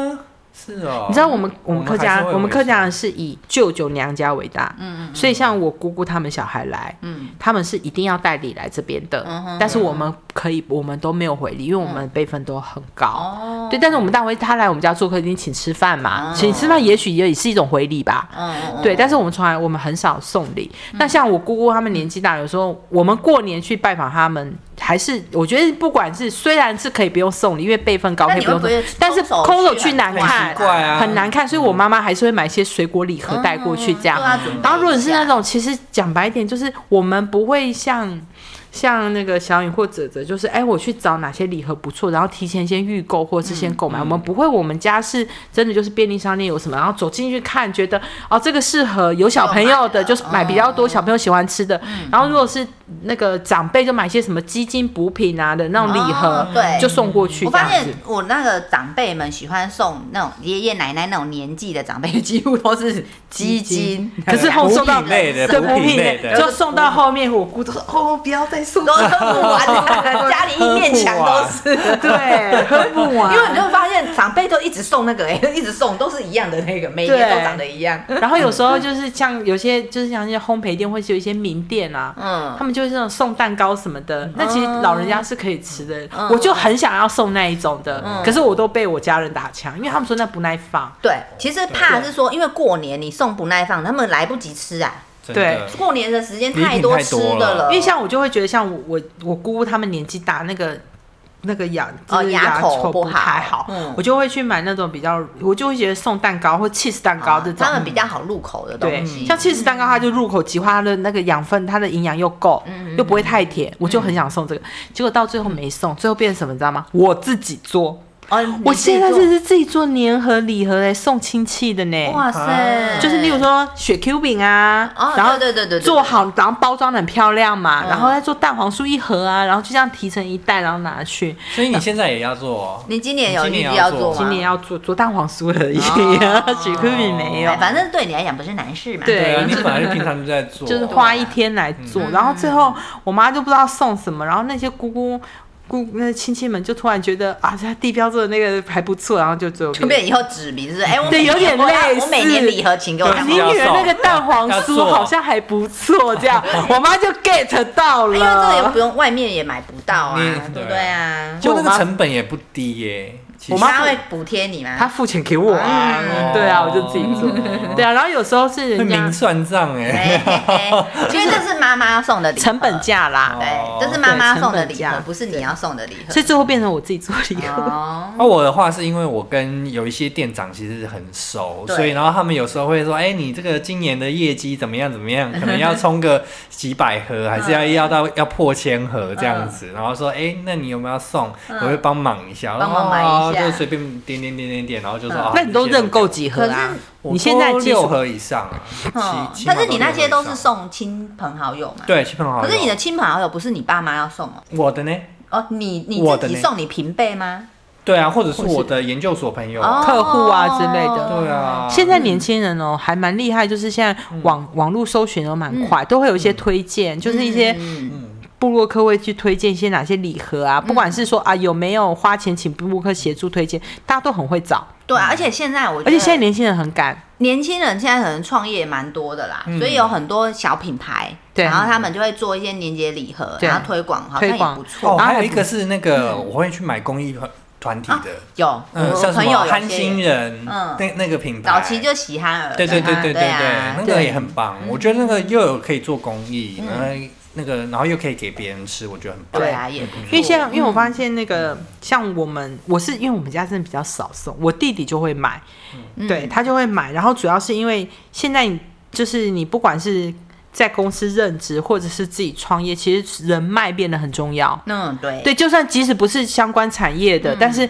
Speaker 1: 是哦。
Speaker 3: 你知道我们我们
Speaker 1: 还
Speaker 3: 客家
Speaker 1: 是会
Speaker 3: 我们客家
Speaker 1: 回
Speaker 3: 人是以舅舅娘家为大，嗯嗯，所以像我姑姑他们小孩来，
Speaker 2: 嗯
Speaker 3: 嗯，他们是一定要带礼来这边的
Speaker 2: 嗯哼，
Speaker 3: 但是我们可以我们都没有回礼，因为我们辈分都很高，
Speaker 2: 哦，
Speaker 3: 对，但是我们大会他来我们家做客一定请吃饭嘛，
Speaker 2: 哦
Speaker 3: 请吃饭也许也是一种回礼吧，
Speaker 2: 嗯嗯，嗯
Speaker 3: 对，但是我们从来我们很少送礼。那像我姑姑他们年纪大，有时候我们过年去拜访他们，还是我觉得不管是虽然是可以不用送礼，因为辈分高
Speaker 2: 那
Speaker 3: 可
Speaker 2: 你
Speaker 3: 以不
Speaker 2: 会
Speaker 3: 用
Speaker 2: 不
Speaker 3: 送，
Speaker 2: 会
Speaker 3: 但是空手去难
Speaker 1: 很
Speaker 3: 看
Speaker 1: 奇，怪啊，
Speaker 3: 很难看，所以我妈妈还是会买一些水果礼
Speaker 2: 嗯
Speaker 3: 盒带过去这
Speaker 2: 啊
Speaker 3: 样。然后如果你是那，种，其实讲白一点，就是我们不会像。像那个小颖或者者，就是哎、我去找哪些礼盒不错，然后提前先预购或是先购买。我们不会，我们家是真的就是便利商店有什么，然后走进去看，觉得哦这个适合有小朋友的，
Speaker 2: 就
Speaker 3: 就
Speaker 2: 买了
Speaker 3: 是哦买比较多小朋友喜欢吃的。然后如果是那个长辈，就买一些什么鸡精补品啊的那种礼盒，
Speaker 2: 哦对
Speaker 3: 就送过去
Speaker 2: 我
Speaker 3: 这
Speaker 2: 发
Speaker 3: 样子
Speaker 2: 现。我那个长辈们喜欢送那种爷爷奶奶那种年纪的长辈， 几乎都是鸡精，
Speaker 3: 可是后送到
Speaker 1: 补品类的
Speaker 3: 对
Speaker 1: 补
Speaker 3: 补
Speaker 1: 品
Speaker 3: 品
Speaker 1: 类的
Speaker 3: 就送到后面，我 姑都说哦不要再送
Speaker 2: 都喝不完的， 家里一面墙都是。
Speaker 3: 对，喝不完
Speaker 2: 因为你就会发现长辈都一直送那个、哎， 一直送都是一样的那个，每一年都长得一样。
Speaker 3: 然后有时候就是像有些就是像一些烘焙店或是有一些名店啊，
Speaker 2: 嗯
Speaker 3: 他们就是那种送蛋糕什么的，那其实老人家是可以吃的，
Speaker 2: 嗯
Speaker 3: 我就很想要送那一种的，可是我都被我家人打枪，因为他们说那不耐放。
Speaker 2: 对，其实怕是说，因为过年你送不耐放，他们来不及吃啊。
Speaker 1: 真的
Speaker 2: 过年的时间
Speaker 1: 礼品
Speaker 2: 太多
Speaker 1: 太
Speaker 2: 吃
Speaker 1: 多
Speaker 2: 的
Speaker 1: 了
Speaker 2: 了，
Speaker 3: 因为像我就会觉得，像我我我姑姑他们年纪大，那个那个牙
Speaker 2: 哦
Speaker 3: 就是
Speaker 2: 牙
Speaker 3: 牙
Speaker 2: 口不
Speaker 3: 不太
Speaker 2: 好
Speaker 3: 好，
Speaker 2: 嗯
Speaker 3: 我就会去买那种比较，我就会觉得送蛋糕或 cheese 蛋糕这种
Speaker 2: 啊他。们比较好入口的
Speaker 3: 对
Speaker 2: 东，西。
Speaker 3: 像 cheese 蛋糕，它就入口即化，它的那个养分，它的营养又够，
Speaker 2: 嗯
Speaker 3: 又不会太甜，我就很想送这个。结果到最后没送，最后变成什么，你知道吗？我自己做，
Speaker 2: 哦，你
Speaker 3: 我
Speaker 2: 自己
Speaker 3: 现在
Speaker 2: 做
Speaker 3: 是自己做年盒礼盒来送亲戚的呢。
Speaker 2: 哇塞，
Speaker 1: 啊
Speaker 3: 就是例如说雪 Q 饼啊，
Speaker 2: 哦
Speaker 3: 然后
Speaker 2: 对对对对对
Speaker 3: 做好，然后包装得很漂亮嘛，
Speaker 2: 嗯
Speaker 3: 然后再做蛋黄酥一盒啊，然后就这样提成一袋，然后拿去。
Speaker 1: 所以你现在也要做哦，
Speaker 2: 你今年有
Speaker 1: 你
Speaker 2: 预
Speaker 1: 今年
Speaker 2: 计
Speaker 1: 要
Speaker 2: 做
Speaker 1: 做
Speaker 2: 吗？
Speaker 3: 今年要做做蛋黄酥而已，
Speaker 2: 哦
Speaker 3: 雪 Q 饼没有
Speaker 2: 哎，。反正对你来讲不是难事嘛。
Speaker 3: 对
Speaker 1: 对啊，你本来就平常就在做，嗯
Speaker 2: 嗯
Speaker 3: 就是花一天来做，然后最后我妈就不知道送什么，然后那些姑姑姑那亲戚们就突然觉得啊，这地标做的那个还不错，然后就最后
Speaker 2: 就变以后指名是不是？哎，我
Speaker 3: 对
Speaker 2: 每
Speaker 3: 有点
Speaker 2: 我要
Speaker 3: 类
Speaker 2: 我每年
Speaker 3: 似
Speaker 2: 礼盒请给我
Speaker 1: 对
Speaker 2: 看
Speaker 1: 你
Speaker 3: 你
Speaker 2: 过。
Speaker 3: 女儿那个蛋黄
Speaker 1: 要
Speaker 3: 酥
Speaker 1: 做
Speaker 3: 好像还 不错，这样我妈就 get 到
Speaker 2: 哎因为这个也
Speaker 3: 了。嗯
Speaker 2: 不用，外面也买不到啊，
Speaker 1: 你
Speaker 2: 对不
Speaker 1: 对
Speaker 2: 对啊？
Speaker 1: 就那
Speaker 3: 我
Speaker 1: 个
Speaker 3: 妈
Speaker 1: 成本也不低耶。其实
Speaker 3: 我妈
Speaker 2: 他会补贴你吗？
Speaker 3: 她付钱给我啊，
Speaker 1: 嗯
Speaker 3: 对啊，我就自己 做。对啊，然后有时候是
Speaker 1: 会
Speaker 3: 人家
Speaker 1: 明算账哎，
Speaker 2: 嘿嘿嘿 因为这是妈妈送的礼盒，
Speaker 3: 成本，价
Speaker 1: 哦
Speaker 3: 啦，
Speaker 2: 对，这是妈妈送的
Speaker 3: 对
Speaker 2: 礼
Speaker 3: 成本
Speaker 2: 盒
Speaker 3: 价，
Speaker 2: 不是你要送的礼盒
Speaker 3: 所。以最后变成我自己做礼
Speaker 1: 啊
Speaker 3: 盒。
Speaker 2: 哦，
Speaker 1: 那我的话是因为我跟有一些店长其实很熟，
Speaker 2: 对
Speaker 1: 所以然后他们有时候会说，哎、你这个今年的业绩怎么样怎么 样，可能要冲个几百盒，还是要要到要破千盒这样子，然后说，哎、那你有没有要送？我会帮忙一下，
Speaker 2: 嗯帮忙买一
Speaker 1: 然后哦
Speaker 2: 下
Speaker 1: 就随便点点点点点，然后就说，
Speaker 2: 嗯
Speaker 1: 啊
Speaker 3: 那你都认购？几盒啊？
Speaker 1: 我
Speaker 3: 你现在
Speaker 1: 都
Speaker 3: 基
Speaker 1: 六
Speaker 3: 础
Speaker 1: 盒以上啊，
Speaker 2: 嗯
Speaker 1: 七，
Speaker 2: 但是你那些都是
Speaker 1: 送
Speaker 2: 送亲朋好友嘛？。
Speaker 1: 对亲朋好友，
Speaker 2: 可是你的亲朋好友不是你爸妈要送哦，
Speaker 1: 我的呢？
Speaker 2: 哦，你你
Speaker 1: 我
Speaker 2: 自
Speaker 1: 的
Speaker 2: 己
Speaker 1: 呢
Speaker 2: 送你平辈吗？
Speaker 1: 对啊，或者是
Speaker 3: 或是
Speaker 1: 我的研究所朋友啊，
Speaker 2: 哦
Speaker 3: 客户啊之类的
Speaker 1: 对啊，
Speaker 3: 现在年轻人哦，还蛮厉害，就是现在
Speaker 2: 嗯
Speaker 3: 网、网络搜寻都蛮快，都会有一些推荐，就是一些
Speaker 2: 嗯
Speaker 3: 布洛克会去推荐一些哪些礼盒啊，不管是说啊有没有花钱请布洛克协助推荐，大家都很会找，
Speaker 2: 对啊，而且现在我觉得
Speaker 3: 而且现在年轻人很敢，
Speaker 2: 年轻人现在可能创业也蛮多的啦，
Speaker 1: 嗯
Speaker 2: 所以有很多小品牌，
Speaker 3: 对
Speaker 2: 然后他们就会做一些年节礼盒，
Speaker 3: 对
Speaker 2: 然后推广，好像
Speaker 3: 推
Speaker 2: 也
Speaker 3: 广
Speaker 2: 不错
Speaker 1: 哦，。
Speaker 3: 然后
Speaker 1: 还有
Speaker 3: 还
Speaker 1: 一
Speaker 3: 不
Speaker 1: 个是那个我会去买公益团团体的，
Speaker 2: 有，
Speaker 1: 嗯，
Speaker 2: 嗯啊我
Speaker 1: 像什
Speaker 2: 朋友
Speaker 1: 么
Speaker 2: 有
Speaker 1: 憨
Speaker 2: 些
Speaker 1: 心人，
Speaker 2: 嗯
Speaker 1: 那那个品牌，
Speaker 2: 早期就喜憨儿，
Speaker 1: 对对对对对
Speaker 2: 对啊
Speaker 1: 对，那个也很棒。我觉得那个又有可以做公益，然后那个然后又可以给别人吃，我觉得很棒。嗯
Speaker 2: 嗯对啊，也不错。
Speaker 3: 因为像因为我发现那个、像我们，我是因为我们家真的比较少送，我弟弟就会买，
Speaker 2: 嗯
Speaker 3: 对他就会买，然后主要是因为现在你就是你不管是在公司任职或者是自己创业，其实人脉变得很重要。
Speaker 2: 嗯，对，
Speaker 3: 对，就算即使不是相关产业的，但是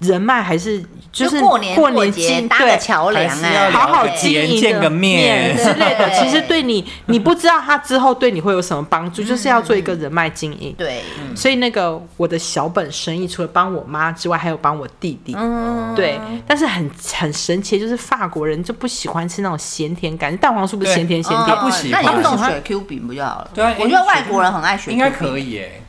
Speaker 3: 人脉还是就
Speaker 2: 嗯
Speaker 3: 是
Speaker 2: 过年
Speaker 3: 过
Speaker 2: 过
Speaker 3: 年
Speaker 2: 节
Speaker 3: 进
Speaker 2: 搭
Speaker 3: 对
Speaker 2: 个桥梁
Speaker 1: 还是要
Speaker 2: 哎，
Speaker 3: 好好
Speaker 1: 了解
Speaker 3: 经营
Speaker 1: 见
Speaker 3: 的
Speaker 1: 个面
Speaker 3: 之类的，
Speaker 2: 对
Speaker 3: 其实对你，你不知道他之后对你会有什么帮助，就是要做一个人脉经营。
Speaker 2: 嗯对，
Speaker 1: 嗯
Speaker 3: 所以那个我的小本生意，除了帮我妈之外，还有帮我弟弟。
Speaker 1: 哦
Speaker 2: 嗯，
Speaker 3: 对，但是很很神奇，就是法国人就不喜欢吃那种咸甜感，蛋黄酥不是咸甜咸
Speaker 1: 他
Speaker 3: 甜，
Speaker 1: 不喜
Speaker 2: 嗯那
Speaker 1: 欢
Speaker 2: 你就
Speaker 1: 他
Speaker 2: 送
Speaker 1: 不喜
Speaker 2: 雪 Q 饼不就好了？
Speaker 1: 对啊
Speaker 2: 我觉得
Speaker 1: 因为
Speaker 2: 外国人很爱雪 Q
Speaker 1: 应
Speaker 2: 饼，
Speaker 1: 该可以耶，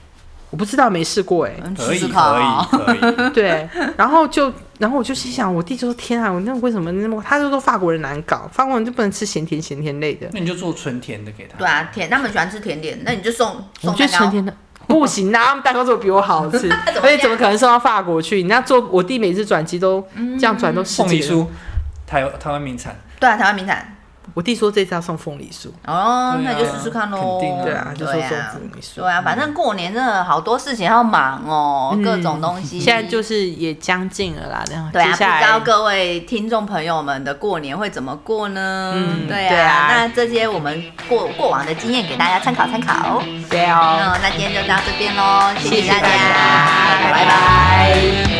Speaker 3: 我不知道没试过哎、
Speaker 2: 嗯，
Speaker 1: 可
Speaker 2: 试
Speaker 1: 以
Speaker 2: 试
Speaker 1: 可
Speaker 2: 看啊。
Speaker 1: 以可以。
Speaker 3: 对，然后就，然后我就心想，我弟就说：“天啊，我那为什么那么？”他就说法国人难搞，法国人就不能吃咸甜咸甜类的。
Speaker 1: 那你就做纯甜的给他。
Speaker 2: 对啊，甜，他们喜欢吃甜点，那你就送
Speaker 3: 我
Speaker 2: 送
Speaker 3: 觉得
Speaker 2: 蛋
Speaker 3: 纯
Speaker 2: 糕。，
Speaker 3: 甜的不行啊，他们蛋糕做的比我好吃
Speaker 2: 怎么
Speaker 3: 而且怎
Speaker 2: 这
Speaker 3: 么
Speaker 2: 样
Speaker 3: 可能送到法国去？你那做我弟每次转机都
Speaker 2: 嗯
Speaker 3: 这样转都十
Speaker 1: 凤
Speaker 3: 几
Speaker 1: 梨
Speaker 3: 个人。
Speaker 1: 酥，台台湾名产，
Speaker 2: 对啊，台湾名产。
Speaker 3: 我弟说这次要送凤梨酥，
Speaker 2: 哦，
Speaker 1: 对啊
Speaker 2: 那你就试试看喽。
Speaker 1: 肯定啊
Speaker 3: 对啊，就说嗯
Speaker 2: 对
Speaker 3: 送
Speaker 2: 啊
Speaker 3: 凤梨酥。
Speaker 2: 对啊，反正过年真的好多事情要忙哦，各种东西。
Speaker 3: 现在就是也将近了啦，然后
Speaker 2: 对啊，
Speaker 3: 接
Speaker 2: 不知
Speaker 3: 下来
Speaker 2: 道各位听众朋友们的过年会怎么过呢？
Speaker 3: 嗯
Speaker 2: 对啊，
Speaker 3: 对啊
Speaker 2: 那这些我们过过往的经验给大家参考参考。嗯
Speaker 3: 对哦，
Speaker 2: 那那今天就到这边喽，谢
Speaker 3: 谢
Speaker 2: 谢
Speaker 3: 谢
Speaker 2: 大家，
Speaker 3: 大家
Speaker 2: 拜拜
Speaker 3: 拜